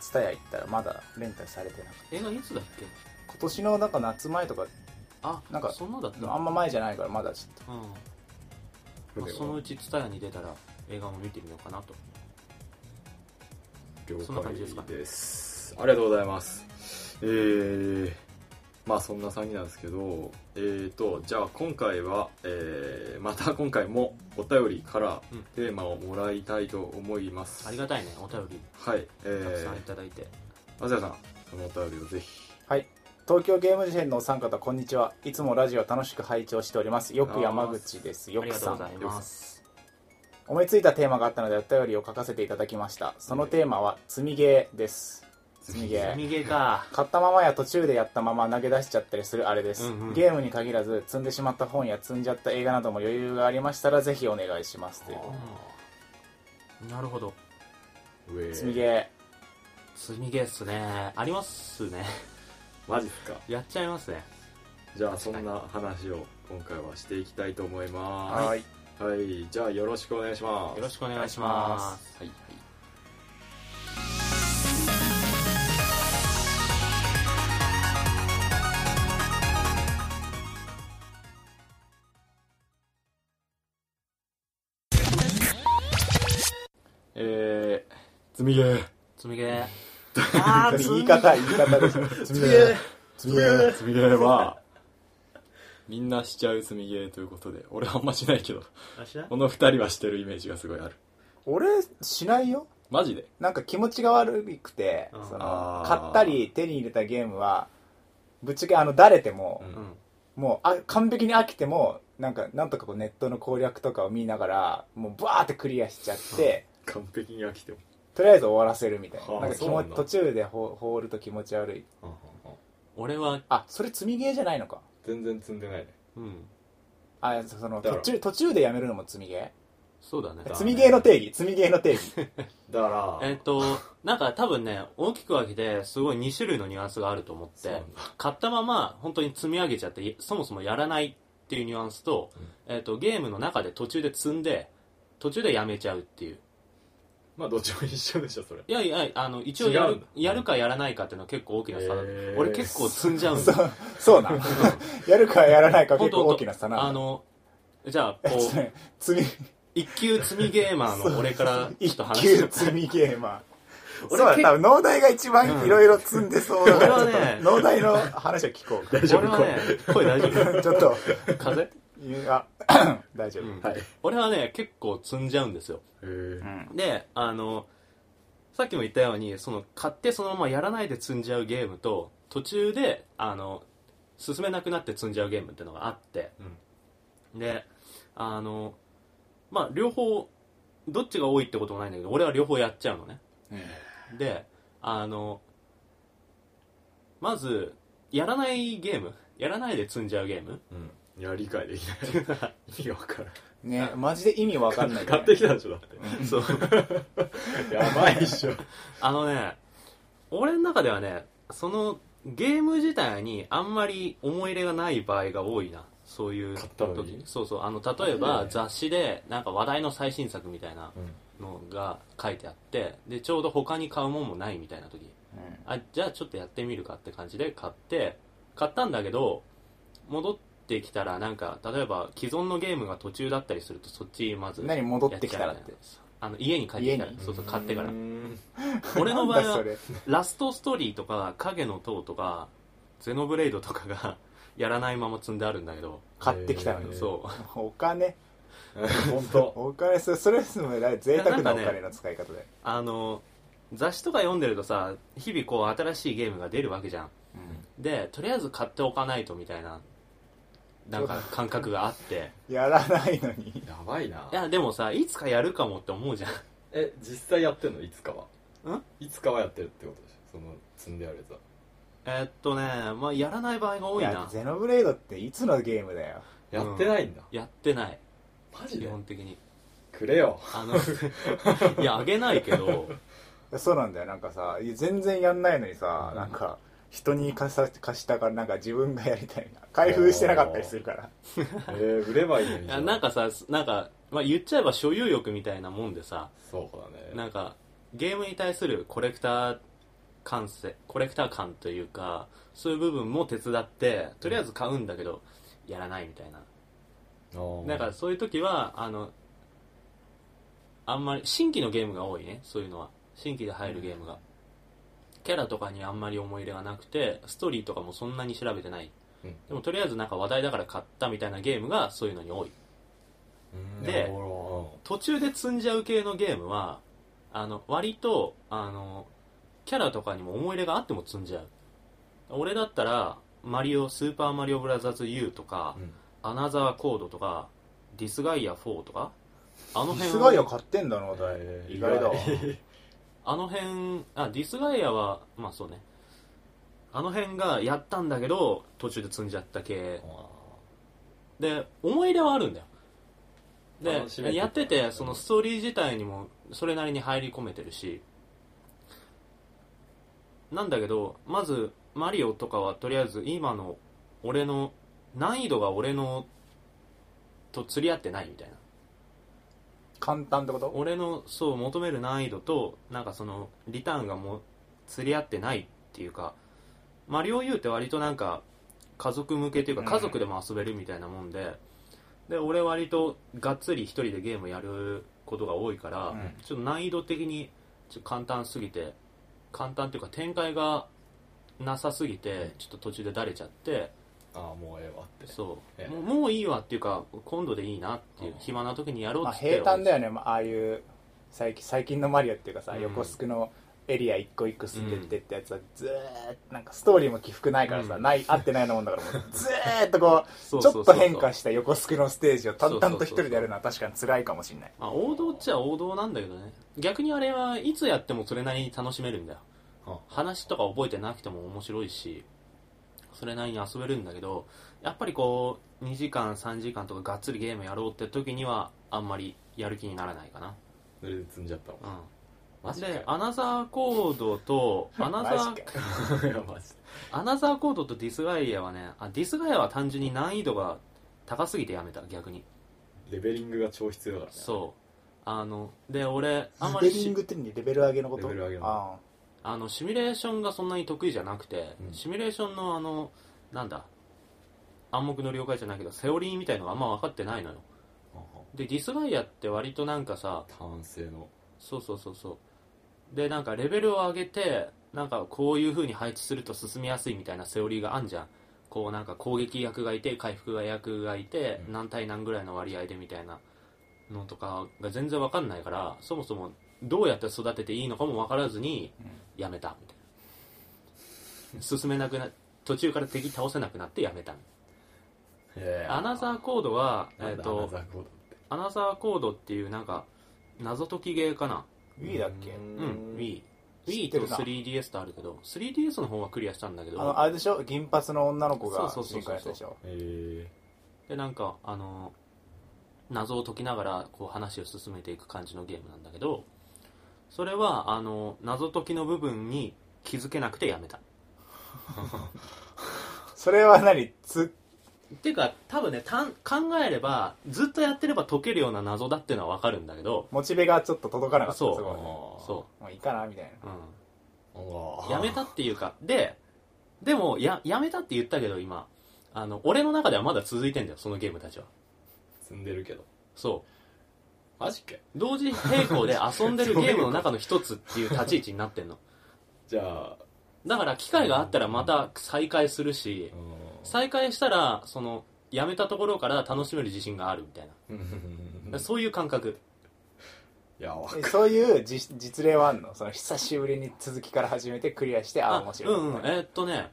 Speaker 2: ツタヤ行ったらまだレンタルされてなくて
Speaker 3: ん映画いつだっけ
Speaker 2: 今年のなんか夏前とか
Speaker 3: あ
Speaker 2: なんか
Speaker 3: そんなだった
Speaker 2: あんま前じゃないからまだちょっ
Speaker 3: うんま
Speaker 1: え
Speaker 3: あ、そのうち TSUTAYA に出たら映画も見てみようかなと
Speaker 1: 了
Speaker 3: そんな感じですか
Speaker 1: 解ですありがとうございますえー、まあそんな3人なんですけどえーとじゃあ今回は、えーまた今回もお便りから
Speaker 3: うん
Speaker 1: テーマをもらいたいと思います、
Speaker 3: ありがたいねお便り
Speaker 1: はいえ
Speaker 3: たくさんい
Speaker 1: ー
Speaker 3: ただいて、
Speaker 1: あずやさんそのお便りをぜひ
Speaker 2: とはい東京ゲーム事変のお三方こんにちはいつもラジオ楽しく拝聴しておりますよく山口ですよ
Speaker 3: あ
Speaker 2: く
Speaker 3: りがと
Speaker 2: さ
Speaker 3: うござ
Speaker 2: ん
Speaker 3: います
Speaker 2: 思いついたテーマがあったのでお便りを書かせていただきましたそのテーマは「積みゲー」です積みゲー
Speaker 3: 逃げか
Speaker 2: 買ったままや途中でやったまま投げ出しちゃったりするあれです、
Speaker 3: うんうん
Speaker 2: ゲームに限らず積んでしまった本や積んじゃった映画なども余裕がありましたらぜひお願いしますという
Speaker 3: うんなるほど
Speaker 1: 上
Speaker 2: 積みゲ
Speaker 3: 積みゲーっすねありますね
Speaker 1: マジっすか
Speaker 3: やっちゃいますね
Speaker 1: じゃあそんな話を今回はしていきたいと思い
Speaker 2: ー
Speaker 1: ま
Speaker 2: い
Speaker 1: すはいじゃあよろしくお願いします
Speaker 3: よろしくお願いします
Speaker 1: はいはいえー、積みゲー
Speaker 3: 積みゲーあ ー
Speaker 2: 言い方言い方でしょ
Speaker 1: 積みゲー積みゲー積みゲーはみんなしちゃう積みゲーということで俺はあんましないけどこの二人はしてるイメージがすごいある
Speaker 2: 俺しないよ
Speaker 1: マジで
Speaker 2: なんか気持ちが悪くて、
Speaker 3: うん
Speaker 2: その
Speaker 1: あー
Speaker 2: 買ったり手に入れたゲームはぶっちゃけあのだれても
Speaker 1: う、
Speaker 3: うん
Speaker 2: もうあ完璧に飽きてもなんかなんとかこうネットの攻略とかを見ながらもうバーってクリアしちゃって、
Speaker 1: 完璧に飽きても
Speaker 2: とりあえず終わらせるみたいな
Speaker 1: はあ
Speaker 2: なんか気
Speaker 1: そうな
Speaker 2: 持
Speaker 1: んだ
Speaker 2: 途中でほ放ると気持ち悪い
Speaker 3: 俺は
Speaker 2: あそれ積みゲーじゃないのか
Speaker 1: 全然積んでないね
Speaker 3: うん
Speaker 2: あそその
Speaker 1: だか
Speaker 2: 途
Speaker 1: ら
Speaker 2: 中途中でやめるのも積みゲ
Speaker 3: そうだね
Speaker 2: ー
Speaker 1: ね
Speaker 2: 積みゲーの定義積みゲーの定義
Speaker 1: だから
Speaker 3: えっとなんか多分ね大きく分けてすごい2種類のニュアンスがあると思っ
Speaker 1: そうな
Speaker 3: て
Speaker 1: んだ
Speaker 3: 買ったまま本当に積み上げちゃっていそもそもやらないっていうニュアンスと,、えっとゲームの中で途中で積んで途中でやめちゃうっていう
Speaker 1: まあどっちも一緒でしょそれ
Speaker 3: いやいやあの一応や
Speaker 1: 違う
Speaker 3: る
Speaker 1: んだ
Speaker 3: やるかやらないかっていうのは結構大きな差だ、
Speaker 1: へー
Speaker 3: 俺結構積んじゃうん
Speaker 2: そ
Speaker 3: だ
Speaker 2: うそうなやるかやらないか
Speaker 3: 本
Speaker 2: 結
Speaker 3: 当
Speaker 2: 構大きな差な
Speaker 3: あ
Speaker 2: んだ
Speaker 3: のじゃ あこ
Speaker 2: ちょっと
Speaker 3: う
Speaker 2: ね積み
Speaker 3: 一級積みゲーマーの俺からちょっ
Speaker 2: 一
Speaker 3: と話
Speaker 2: 級
Speaker 3: して
Speaker 2: 積みゲーマ ーそう
Speaker 3: 俺
Speaker 2: だ
Speaker 3: 結
Speaker 2: 多分農大が一番いろいろ積んでそうだから、
Speaker 3: うん俺はね
Speaker 2: ちょっと農大の話を聞こう か
Speaker 1: 丈夫
Speaker 3: 俺はね声大丈夫
Speaker 2: ちょっと
Speaker 3: 風邪、
Speaker 2: 言うあ 大丈夫、
Speaker 3: うん
Speaker 1: はいへ
Speaker 3: 俺はね結構積んじゃうんですよ
Speaker 1: え
Speaker 2: うん
Speaker 3: であのさっきも言ったようにその買ってそのままやらないで積んじゃうゲームと途中であの進めなくなって積んじゃうゲームっていうのがあって、であのまあ両方どっちが多いってこともないんだけど俺は両方やっちゃうのねであのまずやらないゲームやらないで積んじゃうゲーム
Speaker 1: うんいや理解できない意味が分からん
Speaker 2: ねマジで意味わかんないよね
Speaker 1: 買ってきたでしょだっ
Speaker 3: そう
Speaker 1: てやばいっしょ
Speaker 3: あのね、俺の中ではね、そのゲーム自体にあんまり思い入れがない場合が多いな。そういう
Speaker 1: 買ったのに
Speaker 3: 時そうそう。あの、例えば
Speaker 1: ええ
Speaker 3: 雑誌でなんか話題の最新作みたいな
Speaker 1: うん
Speaker 3: のが書いてあって、で、ちょうど他に買うもんもないみたいな時。
Speaker 2: うん
Speaker 3: あ、じゃあちょっとやってみるかって感じで買って、買ったんだけど、戻ってきたらなんか、例えば既存のゲームが途中だったりするとそっちまず。
Speaker 2: 何戻ってきたらって。
Speaker 3: あの、家に帰ってきたら
Speaker 2: 家。に
Speaker 3: そうそう、買ってから
Speaker 1: う。ん
Speaker 3: 俺の場合
Speaker 2: なん
Speaker 3: は
Speaker 2: だ、そ
Speaker 3: ラストストーリーとか影の塔とかゼノブレイドとかが やらないまま積んであるんだけど、
Speaker 2: 買ってきたのに
Speaker 1: へー
Speaker 3: そ
Speaker 2: れお金
Speaker 1: 本当
Speaker 2: お金それそれすごい贅沢なお金の使い方で、
Speaker 3: うあの雑誌とか読んでるとさ日々こう新しいゲームが出るわけじゃんでとりあえず買っておかないとみたいななんか感覚があ って
Speaker 2: やらないのに
Speaker 1: やばいない
Speaker 3: やでもさいつかやるかもって思うじゃん
Speaker 1: え実際やってんのいつかは
Speaker 3: ん
Speaker 1: いつかはやってるってことでしょその積んであるやつは
Speaker 3: えっとねまあやらない場合が多い
Speaker 2: いや
Speaker 3: な
Speaker 2: ゼノブレイドっていつのゲームだよ
Speaker 1: やってないんだ、
Speaker 3: やってない
Speaker 1: マジ
Speaker 3: 基
Speaker 1: で
Speaker 3: 本的に
Speaker 1: くれよ
Speaker 3: あのいやあげないけど
Speaker 2: やそうなんだよなんかさいや全然やんないのにさ、
Speaker 1: うん
Speaker 2: なんか人に貸さ貸したからなんか自分がやりたいな開封してなかったりするから
Speaker 1: えー、売ればいいのに
Speaker 3: いやなんかさなんか、まあ、言っちゃえば所有欲みたいなもんでさ
Speaker 1: そうだね
Speaker 3: なんかゲームに対するコレクター感性コレクター感というかそういう部分も手伝ってとりあえず買うんだけどやらないみたいなだからそういう時はあのあんまり新規のゲームが多いねそういうのは新規で入るゲームが、キャラとかにあんまり思い入れがなくてストーリーとかもそんなに調べてない、
Speaker 1: うん
Speaker 3: でもとりあえずなんか話題だから買ったみたいなゲームがそういうのに多い
Speaker 1: ら
Speaker 3: で途中で積んじゃう系のゲームはあの割とあのキャラとかにも思い入れがあっても積んじゃう俺だったら「マリオスーパーマリオブラザーズ U」とか、アナザーコードとか、ディスガイア4とか、あの
Speaker 2: デ
Speaker 3: 辺
Speaker 2: ィスガイア買ってんだなお題、
Speaker 1: えー
Speaker 2: 意外だわ
Speaker 3: あの辺、あ、ディスガイアは、まあそうね。あの辺がやったんだけど、途中で積んじゃった系。で、思い入れはあるんだよ。
Speaker 1: 楽しめて
Speaker 3: で、
Speaker 1: た
Speaker 3: やってて、そのストーリー自体にも、それなりに入り込めてるし、なんだけど、まず、マリオとかはとりあえず今の、俺の、難易度が俺の、と釣り合ってないみたいな。
Speaker 2: 簡単ってこと
Speaker 3: 俺のそう求める難易度となんかそのリターンがもう釣り合ってないっていうかマリオ U って割となんか家族向けというか
Speaker 2: うん
Speaker 3: 家族でも遊べるみたいなもんで、で俺割とがっつり一人でゲームやることが多いから、
Speaker 2: うん
Speaker 3: ちょっと難易度的にちょっと簡単すぎて簡単というか展開がなさすぎてちょっと途中でだれちゃって
Speaker 1: あーもうええわって
Speaker 3: そ
Speaker 1: え
Speaker 3: う
Speaker 1: え
Speaker 3: もうもういいわっていうか今度でいいなっていう
Speaker 1: あー
Speaker 3: 暇な時にやろう
Speaker 2: まあ、
Speaker 3: っつって
Speaker 2: 平坦だよね、まあ、ああいう最近最近のマリオっていうかさ、
Speaker 3: うん
Speaker 2: 横スクのエリア一個一個進んでってってやつはずーっとなんかストーリーも起伏ないからさ、
Speaker 3: うん
Speaker 2: ない合ってないようなもんだから もうずーっとこ
Speaker 3: そうう
Speaker 2: ち
Speaker 3: そう
Speaker 2: ょ
Speaker 3: そう
Speaker 2: っ
Speaker 3: そ
Speaker 2: と
Speaker 3: う
Speaker 2: 変化した横スクのステージを淡々と一
Speaker 3: そうそうそうそう
Speaker 2: 人でやるのは確かに辛いかもしれない
Speaker 3: まあ、王道っちゃ王道なんだけどね逆にあれはいつやってもそれなりに楽しめるんだよ
Speaker 1: あ
Speaker 3: 話とか覚えてなくても面白いしそれなりに遊べるんだけどやっぱりこう2時間3時間とかがっつりゲームやろうって時にはあんまりやる気にならないかな
Speaker 1: それで積んじゃったわ
Speaker 3: うんでアナザーコードとアナザ
Speaker 2: マ
Speaker 3: ー
Speaker 2: ジか
Speaker 1: いやマジで
Speaker 3: アナザーコードとディスガイアはねあディスガイアは単純に難易度が高すぎてやめた逆に
Speaker 1: レベリングが超必要だからね
Speaker 3: そうあので俺あんま
Speaker 2: レ
Speaker 3: り
Speaker 2: ベリ
Speaker 3: し
Speaker 2: ングって何レベル上げのこと
Speaker 1: レベル上げの
Speaker 2: あ
Speaker 3: あのシミュレーションがそんなに得意じゃなくて、
Speaker 1: うん
Speaker 3: シミュレーションのあのなんだ暗黙の了解じゃないけどセオリーみたいのがあんま分かってないのよ
Speaker 1: あ
Speaker 3: でディスガイアって割となんかさ
Speaker 1: あ単性の
Speaker 3: そうそうそうそうでなんかレベルを上げてなんかこういう風に配置すると進みやすいみたいなセオリーがあんじゃんこうなんか攻撃役がいて回復役がいて
Speaker 1: うん
Speaker 3: 何対何ぐらいの割合でみたいなのとかが全然分かんないからそもそもどうやって育てていいのかも分からずにやめたみたいな進めなくな途中から敵倒せなくなってやめたアナザーコードは
Speaker 1: えっ
Speaker 3: えっ、
Speaker 1: と
Speaker 3: とアナザーコードっていうなんか謎解きゲーかな
Speaker 2: あ Wii だっけ
Speaker 3: うん、Wii。
Speaker 2: 知
Speaker 3: Wii
Speaker 2: って
Speaker 3: と
Speaker 2: るな
Speaker 3: 3DS とあるけど、3DS の方はクリアしたんだけ
Speaker 2: あの
Speaker 3: ど、
Speaker 2: あれでしょ銀髪の女の子が
Speaker 3: そうそ
Speaker 2: 進
Speaker 3: うそうそう
Speaker 2: 化やったでしょ
Speaker 1: え
Speaker 3: で、なんか、あの、謎を解きながら、こう話を進めていく感じのゲームなんだけど、それは、あの、謎解きの部分に気づけなくてやめた。
Speaker 2: それは何つ
Speaker 3: っていうか、多分ね、たん考えれば、ずっとやってれば解けるような謎だっていうのはわかるんだけど、
Speaker 2: モチベがちょっと届かなかった
Speaker 3: そう
Speaker 2: す
Speaker 1: ー、
Speaker 2: ごいね
Speaker 1: あ
Speaker 3: そ
Speaker 2: もういいかなみたいな
Speaker 3: う、うん。
Speaker 1: う
Speaker 3: やめたっていうか、で、でも、や、やめたって言ったけど、今、あの、俺の中ではまだ続いてんだよ、そのゲームたちは。
Speaker 1: 積んでるけど
Speaker 3: そう。
Speaker 1: マジかよ
Speaker 3: 同時並行で遊んでるゲームの中の一つっていう立ち位置になって んの
Speaker 1: じゃあ
Speaker 3: だから機会があったらまた再開するし再開したらそのやめたところから楽しめる自信があるみたい
Speaker 1: うん
Speaker 3: なそういう感覚
Speaker 1: いやわ
Speaker 2: え そういう実実例はあんのその久しぶりに続きから始めてクリアしてああ面白い、
Speaker 3: うんうんえーっとね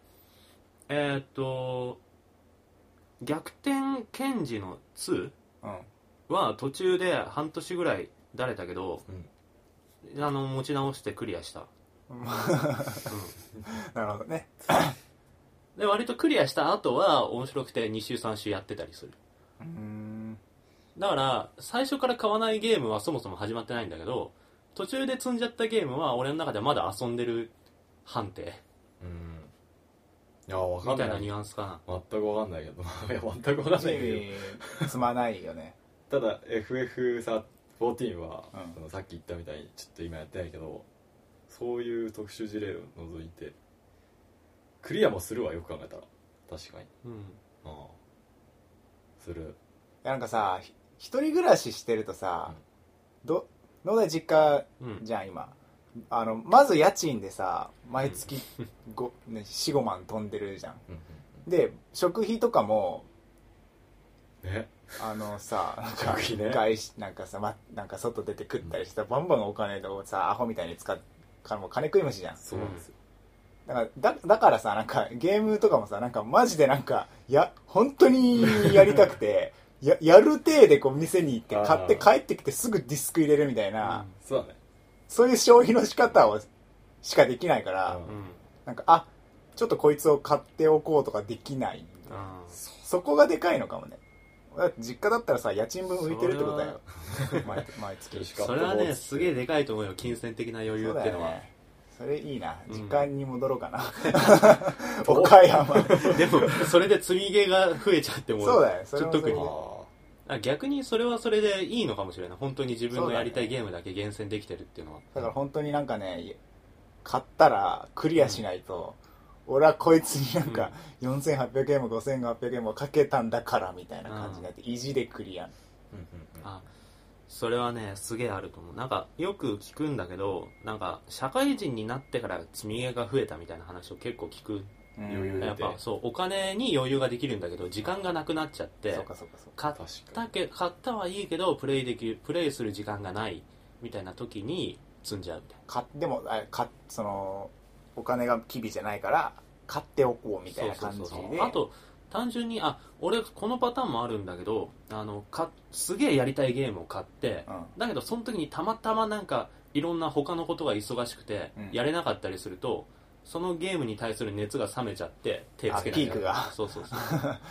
Speaker 3: えーっと逆転検事の2
Speaker 2: うん
Speaker 3: は途中で半年ぐらいだれたけど、あの持ち直してクリアした、
Speaker 2: なるほどね
Speaker 3: うん、で割とクリアした後は面白くて2週3週やってたりする
Speaker 2: うーん
Speaker 3: だから最初から買わないゲームはそもそも始まってないんだけど途中で積んじゃったゲームは俺の中ではまだ遊んでる判定
Speaker 1: うんいやわか
Speaker 3: み
Speaker 1: ん
Speaker 3: た
Speaker 1: ない
Speaker 3: ないニュアンスかな
Speaker 1: 全くわかんないけど いや全くわかんないけど
Speaker 2: 意味すまないよね
Speaker 1: ただ FF14 は、
Speaker 2: うん
Speaker 1: そのさっき言ったみたいにちょっと今やってないけどそういう特殊事例を除いてクリアもするわよく考えたら確かに
Speaker 3: うん
Speaker 1: ああする
Speaker 2: いやなんかさひ一人暮らししてるとさ、どので実家
Speaker 3: うん
Speaker 2: じゃん今あのまず家賃でさ毎月ごね、45万飛んでるじゃん
Speaker 1: うん
Speaker 2: で食費とかも
Speaker 1: うんね
Speaker 2: あのさなんか
Speaker 1: 食費ね
Speaker 2: 外しなんかさ、ま、なんか外出て食ったりしてバンバンお金をさアホみたいに使っからもう金食い虫じゃん
Speaker 1: そうなんですよ、
Speaker 2: だからだだからさなんかゲームとかもさなんかマジでなんかや本当にやりたくて ややる体でこう店に行って買って
Speaker 1: あー
Speaker 2: 帰ってきてすぐディスク入れるみたいな、
Speaker 1: そうだね
Speaker 2: そういう消費の仕方をしかできないから、
Speaker 1: うん
Speaker 3: うん
Speaker 2: なんかあちょっとこいつを買っておこうとかできない
Speaker 3: あ
Speaker 2: そこがでかいのかもねだって実家だったらさ家賃分浮いてるってことだよ毎毎月
Speaker 1: よ
Speaker 2: そ
Speaker 1: し
Speaker 3: ーそれはねすげえでかいと思うよ金銭的な余裕
Speaker 2: う
Speaker 3: っ
Speaker 2: だ
Speaker 3: ての
Speaker 2: よ
Speaker 3: は、
Speaker 2: ねそれいいな
Speaker 3: うん
Speaker 2: 実家に戻ろうかな、 岡山
Speaker 3: でもそれで積み毛が増えちゃっても
Speaker 2: そうだよそれも
Speaker 3: ちょ特
Speaker 1: あ
Speaker 3: に
Speaker 2: それで
Speaker 1: あ
Speaker 3: あ逆にそれはそれでいいのかもしれない本当に自分のやりたいゲームだけ厳選できてるっていうのは
Speaker 2: だから本当になんかね買ったらクリアしないと、俺はこいつになんか4800円も5800円もかけたんだからみたいな感じになって意地でクリア
Speaker 1: うんうんうん
Speaker 3: あそれはねすげえあると思うなんかよく聞くんだけどなんか社会人になってから積み毛が増えたみたいな話を結構聞く
Speaker 2: 余
Speaker 1: 裕
Speaker 3: やっぱそうお金に余裕ができるんだけど時間がなくなっちゃって
Speaker 2: そうかそうかそうか
Speaker 3: 買っ
Speaker 1: 確か
Speaker 3: たけ買ったはいいけどプレイできるプレイする時間がないみたいな時に積んじゃうみたい
Speaker 2: 買でもあ買っそのお金が機微じゃないから買っておこうみたいな
Speaker 3: そうそ
Speaker 2: 感じ
Speaker 3: うそう
Speaker 2: で
Speaker 3: あと単純にあ俺このパターンもあるんだけどあのかすげえやりたいゲームを買って
Speaker 2: うん
Speaker 3: だけどその時にたまたまなんかいろんな他のことが忙しくて
Speaker 2: うん
Speaker 3: やれなかったりすると、そのゲームに対する熱が冷めちゃって手つけ
Speaker 2: あ
Speaker 3: ない
Speaker 2: ピークが
Speaker 3: そう そうそう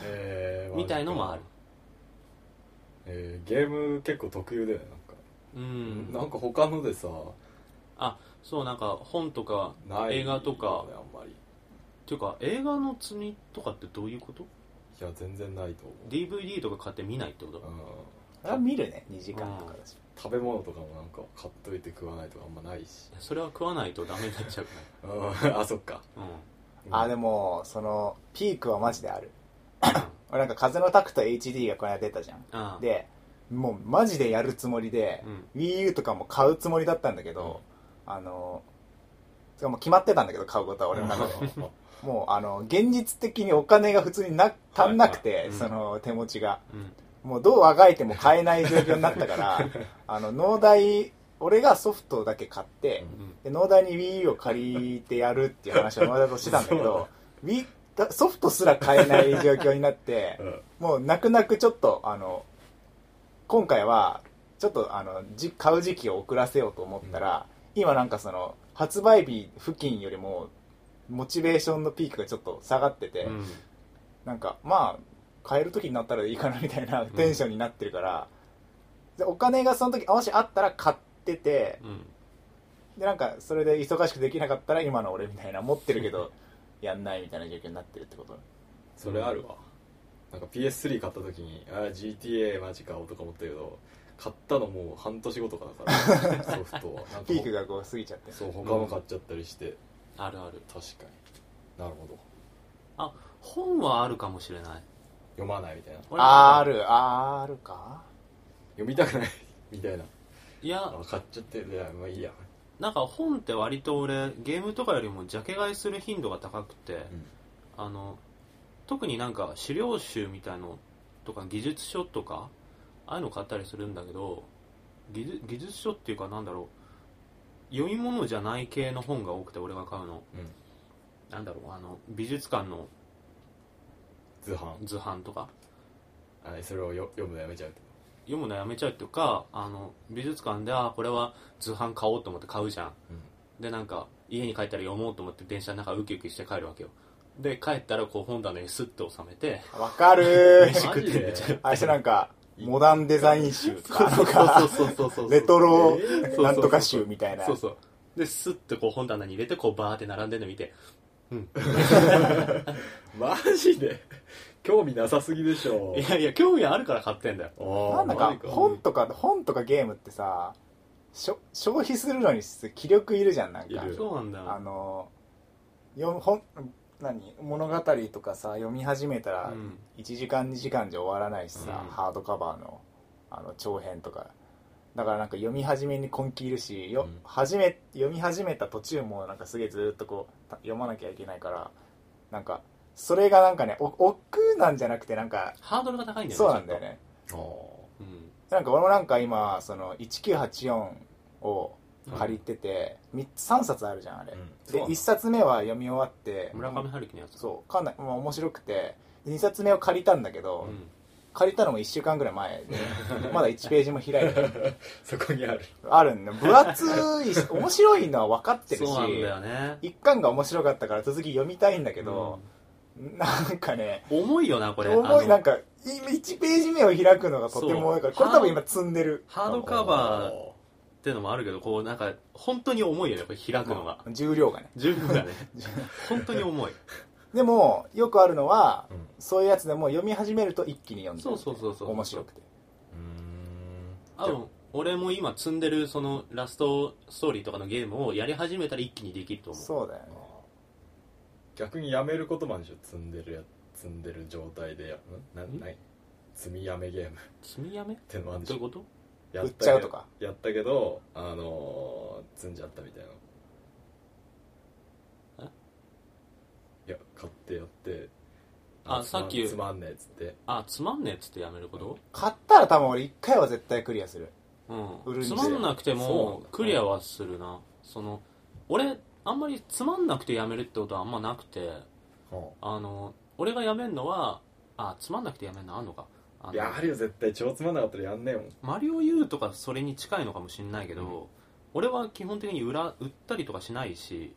Speaker 1: えー
Speaker 3: みたいのもある、
Speaker 1: えーゲーム結構特有だよね
Speaker 3: う
Speaker 1: なん
Speaker 3: ん
Speaker 1: か、なんか他のでさ
Speaker 3: そうなんか本とか
Speaker 1: ない
Speaker 3: 映画とか
Speaker 1: よねあんまり
Speaker 3: っていうか映画の積みとかってどういうこと
Speaker 1: いや全然ないと思
Speaker 3: DVD とか買って見ないってこと、
Speaker 1: う、うん、
Speaker 2: あれは見るね2時間とかだし
Speaker 1: 食べ物とかもなんか買っといて食わないとかあんまないし
Speaker 3: それは食わないとダメになっちゃうか、
Speaker 1: うん あそっから
Speaker 3: うん
Speaker 2: あで
Speaker 1: も
Speaker 2: もそのピークはマジである俺なんか風のタクト HD がこの間出たじゃん
Speaker 3: ああ
Speaker 2: でもうマジでやるつもりで
Speaker 3: う、ん
Speaker 2: WiiU とかも買うつもりだったんだけど、あのそれもう決まってたんだけど買うことは俺の中でもうあの現実的にお金が普通にな足んなくて、
Speaker 3: いうん
Speaker 2: その手持ちが
Speaker 3: うん
Speaker 2: もうどうあがいても買えない状況になったから あの農大俺がソフトだけ買って、
Speaker 3: うん
Speaker 2: で農大に WiiU を借りてやるっていう話を農大としてたんだけ ど Wii ソフトすら買えない状況になって
Speaker 1: うん
Speaker 2: もう泣く泣くちょっとあの今回はちょっとあのじ買う時期を遅らせようと思ったら、今なんかその発売日付近よりもモチベーションのピークがちょっと下がってて、
Speaker 3: うん
Speaker 2: なんかまあ買える時になったらいいかなみたいなテンションになってるから、でお金がその時もしあったら買ってて
Speaker 3: うん
Speaker 2: でなんかそれで忙しくできなかったら今の俺みたいな持ってるけど やんないみたいな状況になってるってこと
Speaker 1: それあるわなんか PS3 買った時にあー GTA マジかとか思ったけど買ったのもう半年後とかだから ソフトはなんかもう
Speaker 2: ピークがこう過ぎちゃって
Speaker 1: そう他も買っちゃったりして、
Speaker 3: あるある
Speaker 1: 確かになるほど
Speaker 3: 本はあるかもしれない
Speaker 1: 読まないみたいな
Speaker 3: 俺
Speaker 2: あーあるあーあるか
Speaker 1: 読みたくない みたいない
Speaker 3: や
Speaker 1: あ買っちゃってるいやまあいいや、
Speaker 3: なんか本って割と俺ゲームとかよりもジャケ買いする頻度が高くて、あの特になんか資料集みたいのとか技術書とかああいうの買ったりするんだけど技術技術書っていうかなんだろう読み物じゃない系の本が多くて俺が買うの
Speaker 1: うん
Speaker 3: なんだろうあの美術館の
Speaker 1: 図版
Speaker 3: 図版とか
Speaker 1: あそれをよ読むのやめちゃうって
Speaker 3: 読むのやめちゃうっていうかあの美術館であこれは図版買おうと思って買うじゃんでなんか家に帰ったら読もうと思って電車の中ウキウキして帰るわけよで帰ったらこう本棚にスッと収めて
Speaker 2: わかる
Speaker 1: マジ
Speaker 2: ー
Speaker 1: で
Speaker 2: あれしてなんかモダンデザイン集とか、なん
Speaker 3: そう
Speaker 2: か、
Speaker 3: そうそうそうそうそう
Speaker 2: レトロ
Speaker 1: え
Speaker 3: そうそうそう
Speaker 2: なんとか集みたいな
Speaker 3: そ。うそうでスッとこう本棚に入れてこうバーって並んでるの見て
Speaker 1: マジで 興味なさすぎでしょ
Speaker 3: いやいや興味あるから買ってんだよ
Speaker 2: な
Speaker 1: あー
Speaker 2: んだ
Speaker 1: マ
Speaker 2: か
Speaker 1: ジ、
Speaker 2: 本とか、本とかゲームってさ、しょ消費するのに気力いるじゃん、なん
Speaker 1: い
Speaker 2: か
Speaker 1: る。
Speaker 3: そうなんだよ
Speaker 2: あの、読む本、何物語とかさ、読み始めたら
Speaker 3: う、ん
Speaker 2: 1時間2時間じゃ終わらないしさ、
Speaker 3: うん
Speaker 2: ハードカバーのあの長編とかだからなんか読み始めに根気いるしよ、
Speaker 1: うん
Speaker 2: 始め読み始めた途中もなんかすげえずーっとこうた読まなきゃいけないからなんかそれがなんかねお億劫なんじゃなくてなんか
Speaker 3: ハードルが高いんだよ
Speaker 2: そうなんだよね
Speaker 1: あー
Speaker 3: ちょっと
Speaker 2: なんか俺もなんか今その1984を
Speaker 3: うん
Speaker 2: 借りてて、三つ3冊あるじゃんあれ、
Speaker 1: うんそう
Speaker 2: で
Speaker 1: なんだ
Speaker 2: 1冊目は読み終わって
Speaker 3: 村上春樹のやつ
Speaker 2: そうかなり、まあ、面白くて2冊目を借りたんだけど、
Speaker 3: ん
Speaker 2: 借りたのも1週間ぐらい前 でまだ1ページも開いてない
Speaker 1: そこにある
Speaker 2: あるんだ分厚い し面白いのは分かってるし
Speaker 3: そうなんだよね
Speaker 2: 一巻が面白かったから続き読みたいんだけど、なんかね
Speaker 3: うん重いよなこれ
Speaker 2: 重
Speaker 3: あ
Speaker 2: い
Speaker 3: の
Speaker 2: なんか1ページ目を開くのがとても多いから
Speaker 3: そ
Speaker 2: こ
Speaker 3: う
Speaker 2: れ多分今積んでる
Speaker 3: ハードカバーってのもあるけどこうなんか本当に重いよねこれ開くのが
Speaker 2: 重量がね
Speaker 3: 十分 だね本当に重い
Speaker 2: でもよくあるのは
Speaker 1: うん
Speaker 2: そういうやつでも読み始めると一気に読んで
Speaker 3: そうそうそうそう
Speaker 2: 面白くて
Speaker 1: うーん
Speaker 3: あの俺も今積んでるそのラストストーリーとかのゲームをやり始めたら一気にできると思う
Speaker 2: そうだよね
Speaker 1: 逆にやめることもあるでしょ積んでるや積んでる状態でやんなんない積みやめゲームっ
Speaker 3: 積みやめど
Speaker 1: てのもあるでし
Speaker 3: ういう
Speaker 1: ょ
Speaker 3: こと
Speaker 1: や
Speaker 2: 売
Speaker 1: た
Speaker 2: っ
Speaker 1: け
Speaker 2: ちゃうとか
Speaker 1: やったけどあのー積んじゃったみたいな
Speaker 3: え
Speaker 1: いや買ってやって
Speaker 3: あ
Speaker 1: つまん
Speaker 3: さっき
Speaker 1: つまんねえっつって
Speaker 3: あつまんねえっつってやめること
Speaker 2: 買ったら多分俺1回は絶対クリアする
Speaker 3: う
Speaker 2: 売
Speaker 3: ん
Speaker 2: るん
Speaker 3: つ
Speaker 2: で
Speaker 3: まんなくて
Speaker 1: そうなん
Speaker 3: も
Speaker 1: だ
Speaker 3: クリアはするなその俺あんまりつまんなくてやめるってことはあんまなくてあの俺がやめるのはあつまんなくてやめるのあんのかあの
Speaker 1: いやあるよ絶対超つまんなかったらやんねえもん
Speaker 3: マリオ U とかそれに近いのかもしれないけど、俺は基本的に裏売ったりとかしないし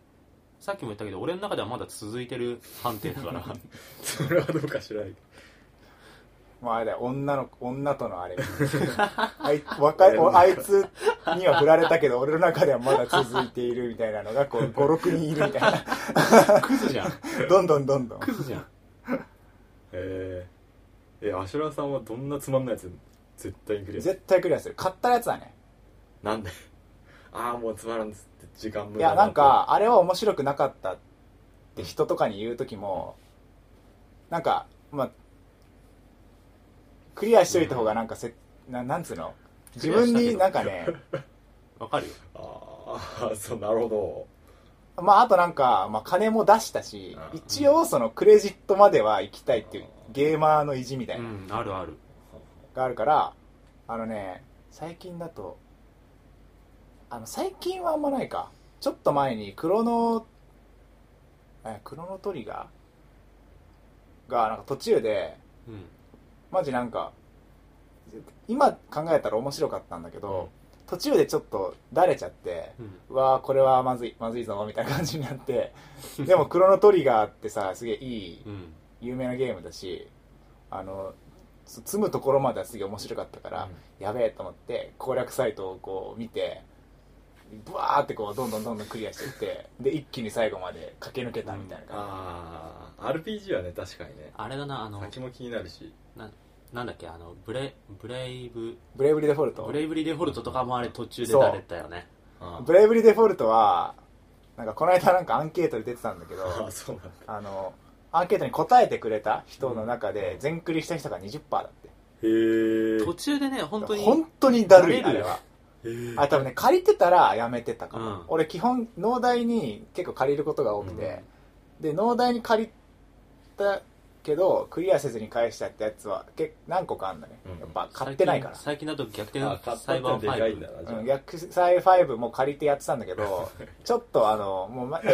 Speaker 3: さっきも言ったけど俺の中ではまだ続いてる判定だ から
Speaker 1: それはどうかしらんけど
Speaker 2: もうあれだよ女の女とのあ れあい若いおあいつには振られたけど俺の中ではまだ続いているみたいなのがこう56人 いるみたいな
Speaker 3: クズじゃん
Speaker 2: どんどんどんどん
Speaker 3: クズじゃん
Speaker 1: えー、えアシュラさんはどんなつまんないやつ絶対にクリア
Speaker 2: 絶対クリアする買ったやつはね
Speaker 1: なんで ああもうつまらんっつって時間無
Speaker 2: い
Speaker 1: 駄だ
Speaker 2: やなんかあれは面白くなかったって人とかに言う時もなんかまあクリアしといた方がなんかせななんつうの自分になんかね
Speaker 3: わかるよ
Speaker 1: ああ そうなるほ
Speaker 2: まあ、あとなんか、まあ、金も出したし
Speaker 1: あ、
Speaker 2: 一応そのクレジットまでは行きたいっていうゲーマーの意地みたいうなの
Speaker 3: んあるある
Speaker 2: があるから、あのね、最近だと、あの、最近はあんまないか。ちょっと前にクロノ、え、クロノトリガーが、なんか途中で、
Speaker 3: うん
Speaker 2: マジなんか、今考えたら面白かったんだけど、途中でちょっとだれちゃって、
Speaker 3: うん
Speaker 2: うわーこれはまずいまずいぞみたいな感じにな ってでも「クロノトリガー」ってさすげえいい
Speaker 3: うん
Speaker 2: 有名なゲームだしあのつ積むところまではすげえ面白かったから、やべえと思って攻略サイトをこう見てブワーってこうどんどんどんどんクリアしていってで一気に最後まで駆け抜けたみたいな感
Speaker 1: ああ RPG はね確かにね
Speaker 3: あれだなあの
Speaker 1: 先も気になるし
Speaker 3: なんだっけあのブレブレイブ
Speaker 2: じ、ブレイブリデフォルト
Speaker 3: ブレイブリーデフォルトとかもあれ途中でだれたよね
Speaker 1: あ
Speaker 2: ブレイブリデフォルトはなんかこの間なんかアンケートで出てたんだけど
Speaker 1: あそうなんだ
Speaker 2: あのアンケートに答えてくれた人の中で全クリした人が20%だって
Speaker 1: へえ
Speaker 3: 途中でね本当に
Speaker 2: 本当にだるい
Speaker 3: だ
Speaker 2: あ
Speaker 3: るい
Speaker 2: れ
Speaker 3: よ
Speaker 2: は
Speaker 1: え
Speaker 2: あ多分ね借りてたらやめてたか
Speaker 3: う
Speaker 2: ら
Speaker 3: ん
Speaker 2: 俺基本農大に結構借りることが多くて、で農大に借りたけどクリアせずに返したってやつはけ何個かあんだね
Speaker 1: うん
Speaker 2: やっぱ買ってないから
Speaker 3: 最近最近だと逆転
Speaker 1: あ買っ
Speaker 3: サイ
Speaker 1: た
Speaker 3: バ
Speaker 1: っ
Speaker 3: ー
Speaker 1: て
Speaker 3: フ
Speaker 1: でか
Speaker 3: ァイ
Speaker 1: いん
Speaker 3: ブ
Speaker 1: だなじゃ
Speaker 2: うん、逆サイ5も借りてやってたんだ けどちょっとあのもう、ま、
Speaker 3: うん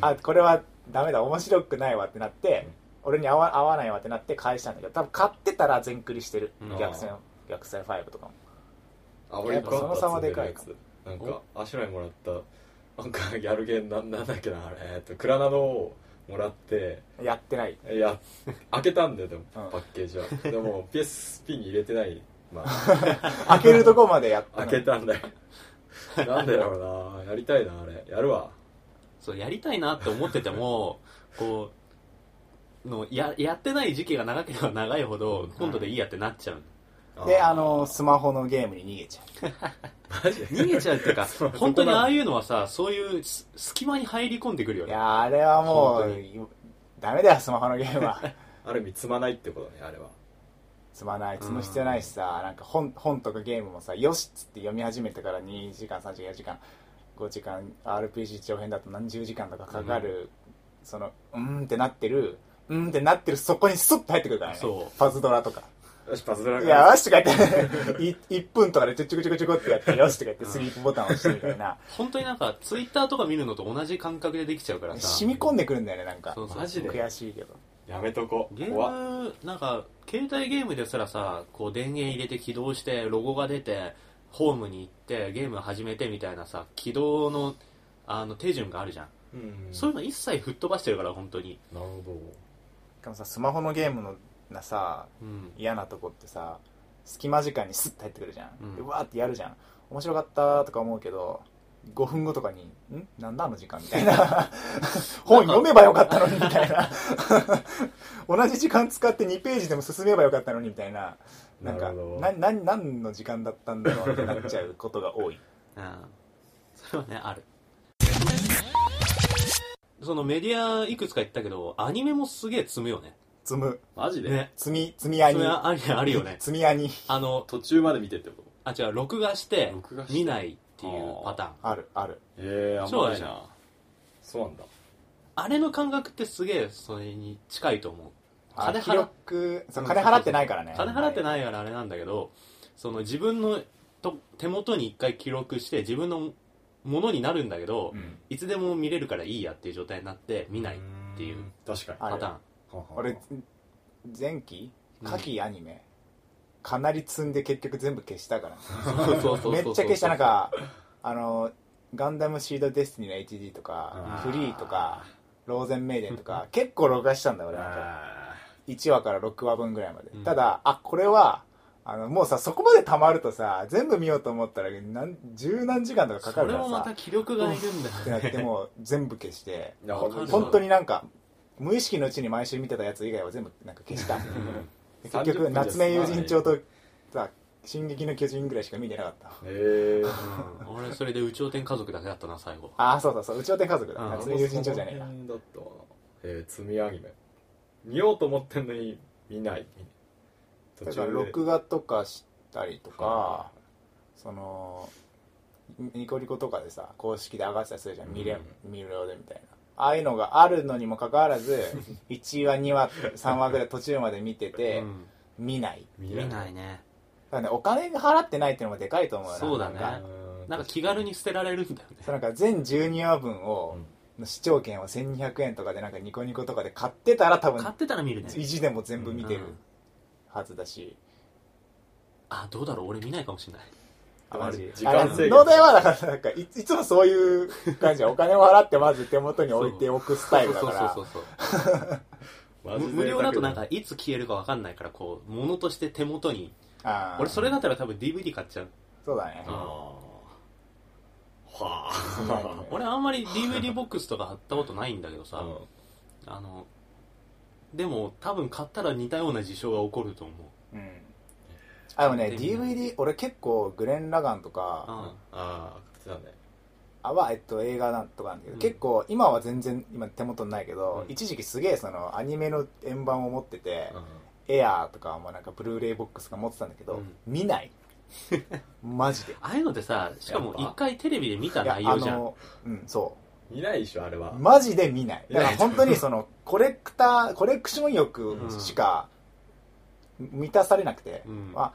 Speaker 2: あこれはダメだ面白くないわってなって
Speaker 1: うん
Speaker 2: 俺に合わ合わないわってなって返したんだけど多分買ってたら全クリしてる
Speaker 3: うん
Speaker 2: 逆戦逆戦5とかも
Speaker 1: ああ俺一個あった
Speaker 2: やっぱその差はでかい
Speaker 1: やつなんか足らいもらったなんかギャルゲーなんなんだっけなあれえっとクラナドをもらって
Speaker 2: やってない
Speaker 1: いや開けたんだよでも、
Speaker 2: うん
Speaker 1: パッケージはでも PSP に入れてないまあ
Speaker 2: 開けるとこまでやった
Speaker 1: 開
Speaker 2: の
Speaker 1: けたんだよなんでだろうなやりたいなあれやるわ
Speaker 3: そうやりたいなって思っててもこうのややってない時期が長ければ長いほど今度でいいやってなっちゃう
Speaker 2: で
Speaker 1: ー
Speaker 2: あのスマホのゲームに逃げちゃ
Speaker 1: マジで
Speaker 3: 逃げちゃうっていうか
Speaker 1: そう
Speaker 3: 本当にああいうのはさそういうす隙間に入り込んでくるよ
Speaker 2: うい
Speaker 3: ね
Speaker 2: やーあれはも
Speaker 3: 本
Speaker 2: う
Speaker 3: 当
Speaker 2: ダメだよスマホのゲー ムは
Speaker 1: ある意味積まないってことねあれは
Speaker 2: 積まない積む必要ないしさなんか本本とかゲームもさ「よし」っつって読み始めてから2時間3時間4時間5時間 RPG 長編だと何十時間とかかかる、そのうーんってなってるうーんってなってるそこにスッと入ってくるからね
Speaker 3: そう
Speaker 2: パズドラとか
Speaker 1: よしパズドラ
Speaker 2: いや、
Speaker 1: が
Speaker 2: わしとか言って、 い1分とかでちょちょこちょこちょこってやって、よしとか言って、スリープボタンを押してみたいな。
Speaker 3: 本当になんかツイッターとか見るのと同じ感覚でできちゃうからさ
Speaker 2: 染み込んでくるんだよね、なんか。
Speaker 3: そうそう
Speaker 1: マジで
Speaker 2: 悔しいけど。
Speaker 1: やめとこ
Speaker 3: ゲ
Speaker 1: 怖っ
Speaker 3: ームなんか携帯ゲームですらさこう電源入れて起動してロゴが出てホームに行ってゲーム始めてみたいなさ起動のあの手順があるじゃん、
Speaker 1: うん
Speaker 3: そういうの一切吹っ飛ばしてるから本当に
Speaker 1: なるほど
Speaker 2: しかもさ、スマホのゲームのなさ、
Speaker 3: うん
Speaker 2: 嫌なとこってさ、隙間時間にスッと入ってくるじゃ
Speaker 3: うん
Speaker 2: ん。で、わーってやるじゃん。面白かったとか思うけど、5分後とかに、んなんだあの時間みたいな。本読めばよかったのに、みたいな。 同じ時間使って2ページでも進めばよかったのに、みたいな。なん
Speaker 1: な
Speaker 2: か
Speaker 1: るほど、
Speaker 2: な、な、何の時間だったんだろうってなっちゃうことが多い。
Speaker 3: うんそれはねあるそのメディアいくつか言ったけどアニメもすげえ積むよね
Speaker 2: 積む。
Speaker 1: マジで、
Speaker 3: ね
Speaker 2: 積み、積みア
Speaker 3: そ
Speaker 2: ニ
Speaker 3: れ。はありあるよね
Speaker 2: 積みアニ。
Speaker 3: あの
Speaker 1: 途中まで見てってこと
Speaker 3: あ違う録画して
Speaker 1: 録画して
Speaker 3: 見ないっていうパターン
Speaker 2: ある、ある。
Speaker 1: ええあんまりなそうなんだ
Speaker 3: あれの感覚ってすげえそれに近いと思う
Speaker 2: あ
Speaker 3: 金払っ
Speaker 2: 広く、そうう、
Speaker 3: ん
Speaker 2: 金払ってないからね。
Speaker 3: 金払って
Speaker 2: い。
Speaker 3: ないからあれなんだけどその自分のと手元に一回記録して自分のものになるんだけど、
Speaker 2: うん。
Speaker 3: いつでも見れるからいいやっていう状態になって見ないっていうん
Speaker 1: 確かに
Speaker 2: あ
Speaker 3: パ
Speaker 2: る
Speaker 3: ターン
Speaker 2: 俺、前期夏季アニメ、かなり積んで結局全部消したからね。
Speaker 3: そうそうそうそう
Speaker 2: めっちゃ消した、なんか、あの、ガンダムシードデスティニーの HD とか、
Speaker 1: うん
Speaker 2: フリーとか、ローゼンメイデンとか、結構録画したんだよ、俺なんか。1話から6話分ぐらいまで、
Speaker 3: うん
Speaker 2: ただあこれはあのもうさそこまで溜まるとさ全部見ようと思ったらなん十何時間とかか
Speaker 3: そ
Speaker 2: かる
Speaker 3: れ
Speaker 2: から
Speaker 3: もま
Speaker 2: さ
Speaker 3: た気力がいるんだ
Speaker 2: ってなってもう全部 消して
Speaker 1: いやほんとに
Speaker 2: 本当になんか無意識のうちに毎週見てたやつ以外は全部なんか消したで結
Speaker 1: 30分
Speaker 2: 局
Speaker 1: じゃ
Speaker 2: 夏目友人帳とさ「進撃の巨人」ぐらいしか見てなかった
Speaker 1: ええ
Speaker 3: うん俺それで有頂天家族だけだったな最後
Speaker 2: ああそうだそううちの手家族だ
Speaker 3: うん
Speaker 2: 夏目友人帳じゃねえ
Speaker 1: な
Speaker 2: な
Speaker 1: だったわなえー、積み上げ目見ようと思ってんのに見ない途
Speaker 2: だから
Speaker 1: 中で
Speaker 2: 録画とかしたりとかそのニコニコとかでさ公式で上がってたりするじゃん見れ、見るようでみたいなああいうのがあるのにもかかわらず1話2話3話ぐらい途中まで見てて、
Speaker 3: うん
Speaker 2: 見ない
Speaker 1: 見
Speaker 3: 見ないね
Speaker 2: だからねお金が払ってないっていうのもでかいと思うよ
Speaker 3: そうだね
Speaker 2: なんか
Speaker 1: う
Speaker 3: なんか気軽に捨てられるんだよね
Speaker 2: そうなんか全12話分を、の視聴券を1200円とかでなんかニコニコとかで買ってたら多分
Speaker 3: 買ってたら見るね
Speaker 2: 意地でも全部見てる
Speaker 3: うん
Speaker 2: はずだし、
Speaker 3: あどうだろう俺見ないかもしれない
Speaker 2: あマジ
Speaker 1: 時間制限
Speaker 2: 農大はだからなんかいいつもそういう感じでお金を払ってまず手元に置いておくスタイルだから
Speaker 3: そうそうそうそう
Speaker 1: マ
Speaker 3: 無
Speaker 1: ジ
Speaker 3: 無料だとなんか
Speaker 1: 贅
Speaker 3: いつ消えるかわかんないからこう物として手元に
Speaker 2: あー
Speaker 3: 俺それだったら多分 DVD 買っちゃう
Speaker 2: そうだね
Speaker 1: 沢だあーはあ
Speaker 2: うん
Speaker 3: 俺あんまり DVD ボックスとか貼ったことないんだけどさ、
Speaker 1: うん
Speaker 3: あのでも多分買ったら似たような事象が起こると思う
Speaker 2: うんあでもね
Speaker 3: でも
Speaker 2: DVD 俺結構グレン・ラガンとか
Speaker 3: あ
Speaker 1: あー買ってたんだよ
Speaker 2: あは、えっと、映画なんとかなんだけど、
Speaker 3: うん
Speaker 2: 結構今は全然今手元にないけど、
Speaker 3: うん
Speaker 2: 一時期すげえそのアニメの円盤を持ってて、
Speaker 1: うん
Speaker 2: エアーとかもなんかブルーレイボックスが持ってたんだけど、
Speaker 3: うん
Speaker 2: 見ない マジで
Speaker 3: あいうのってさしかも一回テレビで見た
Speaker 2: いや
Speaker 3: 内容じゃん
Speaker 2: うんそう
Speaker 1: 見ないでしょあれは
Speaker 2: マジで見ないだから本当にそのコレクターコレクション欲しか満たされなくて、
Speaker 3: うん
Speaker 2: まあ、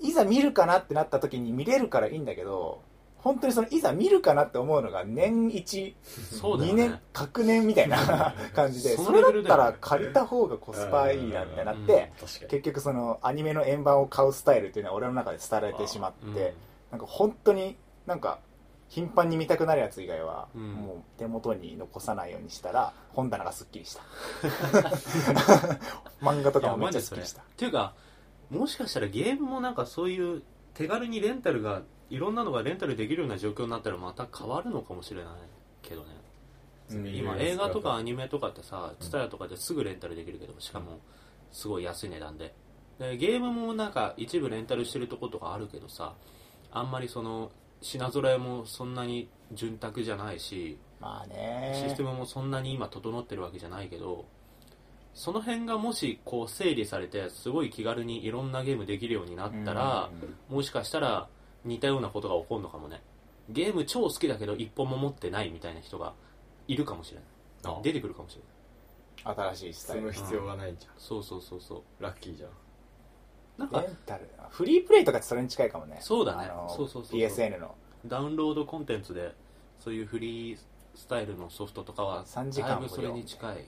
Speaker 2: いざ見るかなってなった時に見れるからいいんだけど本当にそのいざ見るかなって思うのが年1、
Speaker 3: そうだ
Speaker 2: 2
Speaker 3: よね
Speaker 2: 年隔年みたいな感じで
Speaker 3: そ
Speaker 2: そ
Speaker 3: のレベ
Speaker 2: れだ
Speaker 3: ル
Speaker 2: っ
Speaker 3: だよ
Speaker 2: た
Speaker 3: ね
Speaker 2: ら借りた方がコスパいいなってなっ
Speaker 3: うんうん
Speaker 2: て
Speaker 1: 確かに
Speaker 2: 結局そのアニメの円盤を買うスタイルっていうのは俺の中で廃れてしまって、
Speaker 3: うん
Speaker 2: なんか本当になんか頻繁に見たくなるやつ以外は、
Speaker 3: うん
Speaker 2: もう手元に残さないようにしたら本棚がすっきり した漫画とかもめっちゃすっきりした
Speaker 3: っていうかもしかしたらゲームもなんかそういう手軽にレンタルがいろんなのがレンタルできるような状況になったらまた変わるのかもしれないけどね
Speaker 1: うん
Speaker 3: 今
Speaker 1: いろいろ
Speaker 3: 映画とかアニメとかってさ TSUTAYA とかですぐレンタルできるけどしかもすごい安い値段ででゲームもなんか一部レンタルしてるとことかあるけどさあんまりその品揃えもそんなに潤沢じゃないし
Speaker 2: まあ
Speaker 3: シス
Speaker 2: ね
Speaker 3: テムもそんなに今整ってるわけじゃないけどその辺がもしこう整理されてすごい気軽にいろんなゲームできるようになったら
Speaker 2: うん
Speaker 3: もしかしたら似たようなことが起こるのかもねゲーム超好きだけど一本も持ってないみたいな人がいるかもしれな
Speaker 1: あ
Speaker 3: い出てくるかもしれない
Speaker 2: 新しいスタ
Speaker 1: そ
Speaker 2: イ
Speaker 1: の
Speaker 2: ル
Speaker 1: 必要がないじゃん
Speaker 3: そうそうそうそう
Speaker 1: ラッキーじゃん
Speaker 3: なん
Speaker 2: レ
Speaker 3: か
Speaker 2: ンタルフリープレイとかってそれに近いかもね
Speaker 3: そうだね
Speaker 2: あの
Speaker 3: そうそうそうそう
Speaker 2: PSN の
Speaker 3: ダウンロードコンテンツでそういうフリースタイルのソフトとかは
Speaker 2: 3時
Speaker 3: だい
Speaker 2: 間無料
Speaker 3: ぶそれに近い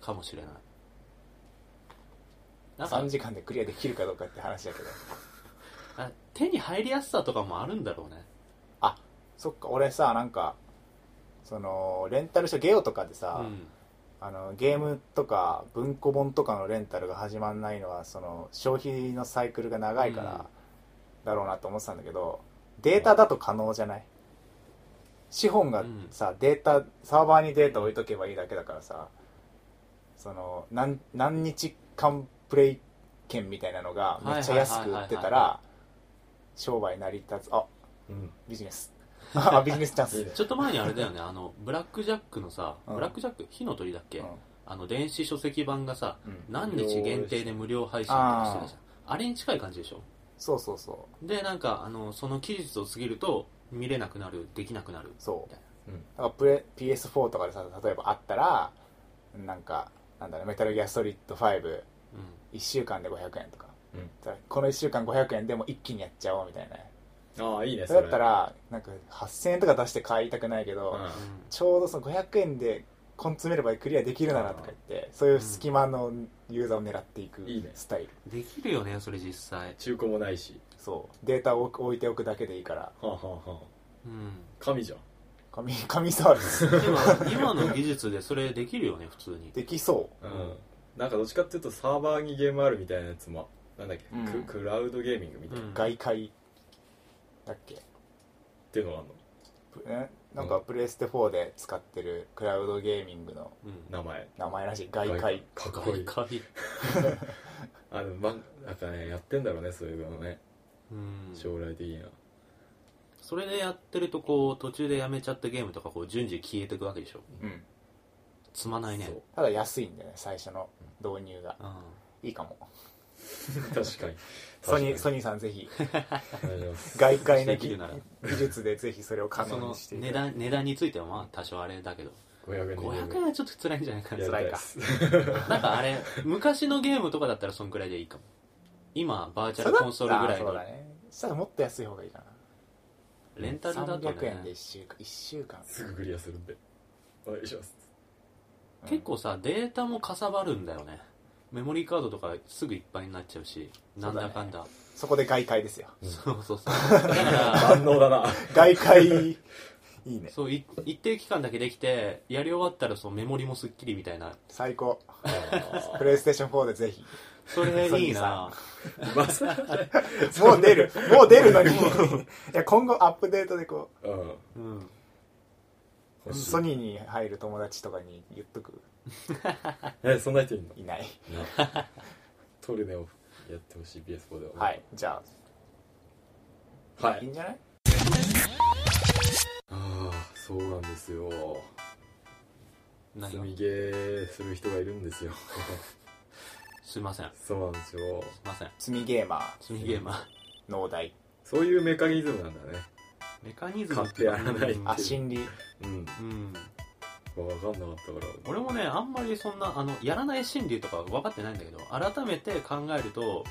Speaker 3: かもしれないなんか
Speaker 2: 3時間でクリアできるかどうかって話だけど
Speaker 3: あ手に入りやすさとかもあるんだろうね
Speaker 2: そっか俺さなんかそのレンタルしたゲオとかでさ、
Speaker 3: うん
Speaker 2: あのゲームとか文庫本とかのレンタルが始まんないのはその消費のサイクルが長いからだろうなと思ってたんだけどデータだと可能じゃない資本が
Speaker 3: うん
Speaker 2: さデータサーバーにデータ置いとけばいいだけだからさその何何日間プレイ券みたいなのがめっちゃ安く売っ
Speaker 3: はいはいはい
Speaker 2: てた
Speaker 3: はいは
Speaker 2: ら商売成り立つあ
Speaker 1: うん
Speaker 2: ビジ ネスあビジネスチャンス
Speaker 1: いいね
Speaker 3: ちょっと前にあれだよねあのブラックジャックのさ、
Speaker 2: うん
Speaker 3: ブラックジャック火の鳥だっけ、
Speaker 2: うん
Speaker 3: あの電子書籍版がさ
Speaker 2: うん
Speaker 3: 何日限定で無料配信とかしてるじゃんあれに近い感じでしょ
Speaker 2: そうそうそう
Speaker 3: でなんかあのその期日を過ぎると見れなくなるできなくなる
Speaker 2: そう
Speaker 1: うん
Speaker 2: だからプレ PS4 とかでさ例えばあったらなんかなんだろうメタルギアソリッド51
Speaker 3: う
Speaker 2: 週間で500円とか、
Speaker 1: うん
Speaker 2: だからこの1週間500円でもう一気にやっちゃおうみたいな
Speaker 1: ああいいね
Speaker 2: それだったらなんか8000円とか出して買いたくないけど、
Speaker 1: うん
Speaker 3: ん
Speaker 2: ちょうどその500円でコン詰めればクリアできるならとか言ってそういう隙間のユーザーを狙っていく
Speaker 1: いいね
Speaker 2: スタイル、
Speaker 3: できるよねそれ実際
Speaker 1: 中古もないし
Speaker 2: そうデータを置く置いておくだけでいいから
Speaker 1: はあ、はあはあ、
Speaker 3: うん
Speaker 1: 神じゃん
Speaker 2: 紙紙触る
Speaker 3: でも 今の技術でそれできるよね普通に
Speaker 2: できそうう、
Speaker 1: ん、なんかどっちかっていうとサーバーにゲームあるみたいなやつもなんだっけ、
Speaker 2: うん
Speaker 1: ククラウドゲーミングみたいな、
Speaker 3: うん
Speaker 2: 外界だっけ
Speaker 1: っていうのがあるの
Speaker 2: プえなんかプレステ4で使ってるクラウドゲーミングの
Speaker 3: うん
Speaker 1: 名前
Speaker 2: 名前らしい外界
Speaker 1: かっこいい
Speaker 3: 外界
Speaker 1: あのまなんかねやってんだろうねそういうのね
Speaker 3: うん
Speaker 1: 将来的には、
Speaker 3: それでやってるとこう途中でやめちゃったゲームとかこう順次消えていくわけでしょ
Speaker 2: うん
Speaker 3: 積まないね
Speaker 1: そう
Speaker 2: ただ安いんだよね最初の導入がいいかも
Speaker 1: 確かに確かに
Speaker 2: ソニーソ
Speaker 1: ニ
Speaker 2: ニーさんぜひ
Speaker 1: ー
Speaker 2: 外界の
Speaker 3: でき
Speaker 2: 技
Speaker 3: るなら
Speaker 2: 技術でぜひそれを
Speaker 3: う
Speaker 2: 可
Speaker 3: ん、そ
Speaker 2: 能
Speaker 3: の
Speaker 2: にしてい
Speaker 3: 値
Speaker 2: く
Speaker 3: 段値段についてはまあ多少あれだけど
Speaker 1: 500円のゲーム
Speaker 3: 500円はちょっと辛いんじゃないかな
Speaker 1: やりたいです
Speaker 3: なんかあれ昔のゲームとかだったらそんくらいでいいかも今バーチャルコンソールぐらい
Speaker 2: そう
Speaker 3: の
Speaker 2: だねそしたらもっと安い方がいいかな
Speaker 3: レンタルだと
Speaker 2: 300円で
Speaker 3: ね
Speaker 2: 1週間1週間
Speaker 1: すぐクリアするんでお願いします
Speaker 3: 結構さデータもかさばるんだよねメモリーカードとかすぐいっぱいになっちゃうしなんだかんだ
Speaker 2: そこで外界ですよ
Speaker 3: そうそうそう だから
Speaker 1: 万能だな
Speaker 2: 外界いいね
Speaker 3: そうい一定期間だけできてやり終わったらそのメモリもすっきりみたいな
Speaker 2: 最高
Speaker 1: あー
Speaker 2: プレイステーション4でぜひ
Speaker 3: それいいな
Speaker 1: まさか
Speaker 2: もう出るもう出る のにいや今後アップデートでこう
Speaker 1: うん
Speaker 3: うん
Speaker 1: 欲しい
Speaker 2: ソニーに入る友達とかに言っとく
Speaker 1: えそんな人いんの
Speaker 2: いない
Speaker 1: なトルネをやってほしい PS4 では
Speaker 2: はいじゃ
Speaker 1: は
Speaker 2: あいい
Speaker 1: い
Speaker 2: んじゃない
Speaker 1: ああそうなんですよ
Speaker 3: 何
Speaker 1: 積
Speaker 3: が
Speaker 1: みゲーする人がいるんですよ
Speaker 3: すいませんす
Speaker 1: そうなんですよ
Speaker 3: いません
Speaker 2: 積みゲーマー
Speaker 3: 積みゲーマー
Speaker 2: 農大
Speaker 1: そういうメカニズムなんだね
Speaker 3: メカニズム
Speaker 1: 買ってやらない
Speaker 3: うん
Speaker 2: あ心理
Speaker 1: うん
Speaker 3: うん
Speaker 1: 分かんなかったから
Speaker 3: 俺もねあんまりそんなあのやらない心理とか分かってないんだけど改めて考えると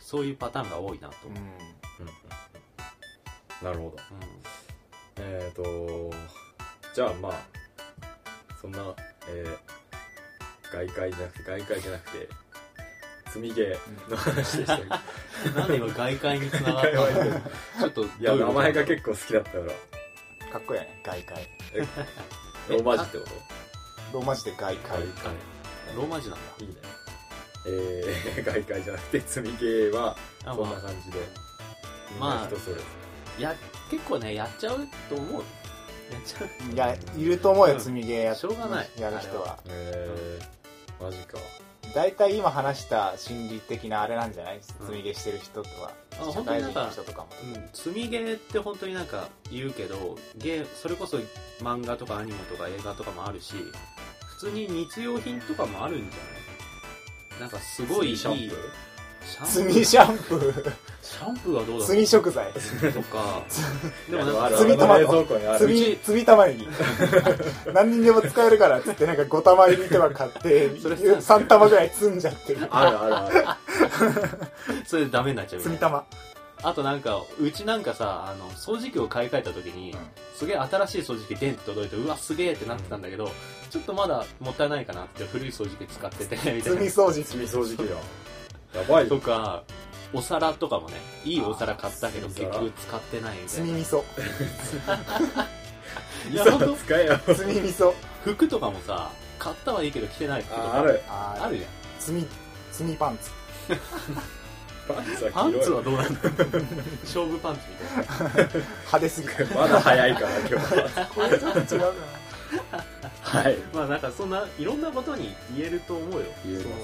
Speaker 3: そういうパターンが多いなと、
Speaker 2: うん
Speaker 1: うんうんなるほど
Speaker 3: う
Speaker 1: えーとじゃあまあそんなえー外界じゃなくて外界じゃなくて積みゲーの話でしたけど
Speaker 3: ん、なんで今外界につながっ
Speaker 1: 外界はいいけど
Speaker 3: たのちょっと
Speaker 1: いや名前が
Speaker 3: 構
Speaker 1: 結構好きだったから
Speaker 2: かっこいいよね外界
Speaker 1: ローマ字ってこと
Speaker 2: ローマ字で外界
Speaker 3: 外ローマ字なんだ
Speaker 1: いいねえー、外界じゃなくて積み系は
Speaker 3: あ
Speaker 1: こんな
Speaker 3: まあ
Speaker 1: 感じでみん
Speaker 3: ま
Speaker 1: な
Speaker 3: あ
Speaker 1: 人それぞ
Speaker 3: や結構ねやっちゃうと思うやっちゃう
Speaker 2: いやいると思う
Speaker 3: う
Speaker 2: よ
Speaker 3: ん
Speaker 2: 積みゲーや
Speaker 3: しょうがない
Speaker 2: やる人は
Speaker 1: れえー、マジか
Speaker 2: 大体今話した心理的なあれなんじゃない
Speaker 3: うん
Speaker 2: 積みゲーしてる人とか
Speaker 3: あ
Speaker 2: 社
Speaker 3: 本当に
Speaker 2: 会
Speaker 3: な
Speaker 2: 人
Speaker 3: んか
Speaker 2: の人とかも
Speaker 3: うん積みゲーって本当になんか言うけどゲーそれこそ漫画とかアニメとか映画とかもあるし普通に日用品とかもあるんじゃないなんかすごいいい
Speaker 1: シャンプー
Speaker 3: シャン
Speaker 2: 積みシャンプー
Speaker 3: シャンプーはどうだろう
Speaker 2: 積み食材
Speaker 3: とか
Speaker 1: で
Speaker 3: でも
Speaker 1: も
Speaker 3: なん
Speaker 1: あ
Speaker 3: か
Speaker 1: る
Speaker 2: 積みト
Speaker 1: あの
Speaker 2: マト
Speaker 1: 冷蔵庫にあ
Speaker 2: 積
Speaker 1: る
Speaker 2: み積み玉ねぎ 何にでも使えるからっつってなんか5玉入りとか買って
Speaker 3: それさ
Speaker 2: 3玉ぐらい積んじゃってる
Speaker 1: あるあるある
Speaker 3: それでダメになっちゃうみ
Speaker 2: 積
Speaker 3: た
Speaker 2: み
Speaker 3: いな
Speaker 2: 玉
Speaker 3: あとなんかうちなんかさあの掃除機を買い替えた時に、
Speaker 2: うん
Speaker 3: すげえ新しい掃除機電って届いてうわすげえってなってたんだけど、ちょっとまだもったいないかなって古い掃除機使っててみたい
Speaker 2: 積み
Speaker 3: な
Speaker 2: 掃除
Speaker 1: 積み掃除機だやばい
Speaker 3: と
Speaker 1: よ
Speaker 3: かお皿とかもねいいお皿買ったけど
Speaker 1: あー
Speaker 3: 結局使ってないみた
Speaker 2: 積
Speaker 3: い
Speaker 2: み
Speaker 3: な
Speaker 2: 味噌
Speaker 1: い
Speaker 3: や
Speaker 1: ざ
Speaker 3: ほんと
Speaker 1: 使えよ
Speaker 2: 積み味噌
Speaker 3: 服とかもさ買ったはいいけど着てない服と
Speaker 1: あ
Speaker 3: か
Speaker 1: ある
Speaker 2: あー
Speaker 3: あるじゃん
Speaker 2: 積み積みパンツ
Speaker 1: パンツは
Speaker 3: パン
Speaker 1: 黄色い
Speaker 3: ツはどうなんだ勝負パンツみたいな
Speaker 2: 派手すぎる
Speaker 1: まだ早いから今日は
Speaker 2: これちょっと違うな
Speaker 1: はい
Speaker 3: まあなんかそんないろんなことに言えると思うよ
Speaker 1: 言えま
Speaker 3: その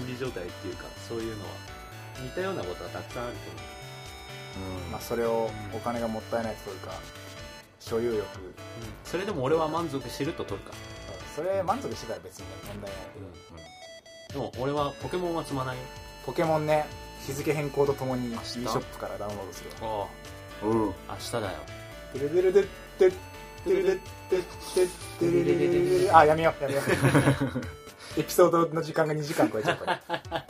Speaker 3: 心理状態っていうかそういうのは似たようなことはたくさんあると思う
Speaker 2: まあそれをお金がもったいないというか所有欲
Speaker 3: それでも俺は満足してると取るか、
Speaker 2: それ満足してたら別に問題ないけど
Speaker 3: でも俺はポケモンは積まないよ
Speaker 2: ポケモンね日付変更とともに e
Speaker 3: 日
Speaker 2: ショップからダウンロードするわ
Speaker 3: あ
Speaker 1: うんうん
Speaker 3: あ明日だよ
Speaker 2: てるてるでってってるでってってってるででであやめようやめようエピソードの時間が2時間超えちゃうから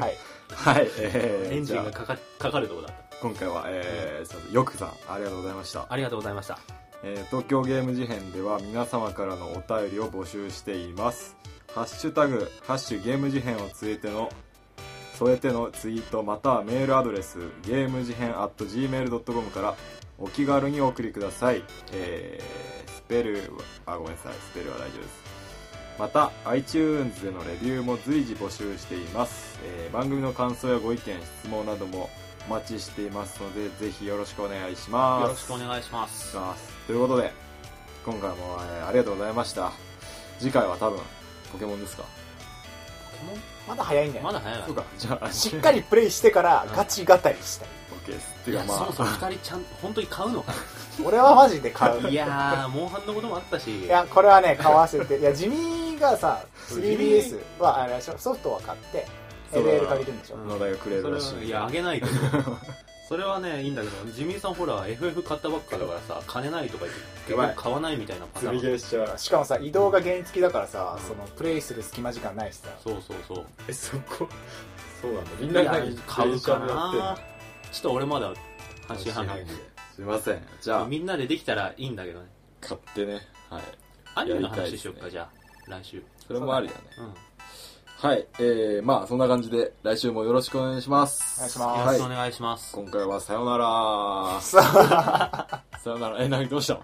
Speaker 2: はい
Speaker 1: はい、え
Speaker 3: エ
Speaker 1: ー、
Speaker 3: ンジ
Speaker 1: じ
Speaker 3: ン
Speaker 1: ゃ
Speaker 3: が
Speaker 1: あ
Speaker 3: かかかかるとこだっ
Speaker 1: 今回は、えー、よくさんありがとうございました
Speaker 3: たありがとうございました
Speaker 1: えー東京ゲーム事変では皆様からのお便りを募集していますハッシュタグハッシュゲーム事変をつえての添えてのツイートまたはメールアドレスゲーム事変 at gmail.com からお気軽にお送りくださいえー、スペルはあごめんなさいスペルは大丈夫ですまた iTunes でのレビューも随時募集しています、えー番組の感想やご意見質問などもお待ちしていますのでぜひよろしくお願いします
Speaker 3: よろしくお願いしま
Speaker 1: お願い
Speaker 3: す
Speaker 1: しますということで今回も、えーありがとうございました次回は多分ポケモンですか
Speaker 2: まだ早いんだよ
Speaker 3: まだ早いな
Speaker 1: そうかじゃあ
Speaker 2: しっかりプレイしてからガチ語りしたい
Speaker 1: OK ですて
Speaker 3: い
Speaker 1: いう
Speaker 3: や
Speaker 1: かま
Speaker 3: そもそも
Speaker 1: あ
Speaker 3: 2人ちゃん本当に買う のか
Speaker 2: 俺はマジで買う
Speaker 3: いやーモンハンのこともあったし
Speaker 2: いやこれはね買わせていや地味がさ
Speaker 3: そう地
Speaker 2: 3DS はあれでしょソフトは買って
Speaker 1: そうだな
Speaker 2: LL 借りてるんでしょ
Speaker 3: うん
Speaker 1: 野田がくれるらし
Speaker 3: それはいいやあ げないけどそれはねいいんだけどジミーさんほら FF 買ったばっかだからさ金ないとか言って結
Speaker 1: やばい
Speaker 3: 局買わないみたいなパタ
Speaker 1: 積
Speaker 3: ー
Speaker 1: み
Speaker 3: ン
Speaker 1: ゲーしちゃう
Speaker 2: しかもさ移動が原付だからさ、
Speaker 3: うん
Speaker 2: そのプレイする隙間時間ないしさ
Speaker 3: そうそうそう
Speaker 1: えそこそうなんだみん
Speaker 3: い
Speaker 1: な
Speaker 3: や
Speaker 1: が何
Speaker 3: 買うかな
Speaker 1: 電
Speaker 3: ちょっと俺まだ半
Speaker 1: 車乗
Speaker 3: 信半
Speaker 1: ってんの
Speaker 3: 々
Speaker 1: すいませんじゃあ
Speaker 3: みんなでできたらいいんだけどね
Speaker 1: 買ってねはい
Speaker 3: アニメの
Speaker 1: やりたい
Speaker 3: 話
Speaker 1: ですね
Speaker 3: しよっか、じゃあ来週
Speaker 1: それもありだね
Speaker 3: うんよ
Speaker 1: はいえー、まあそんな感じで来週もよろしくお願いします
Speaker 2: お願いします
Speaker 3: ろしくお
Speaker 1: はい、
Speaker 3: 願いします
Speaker 1: 今回はさよなら
Speaker 2: さあ
Speaker 1: さよならえ何どうしたの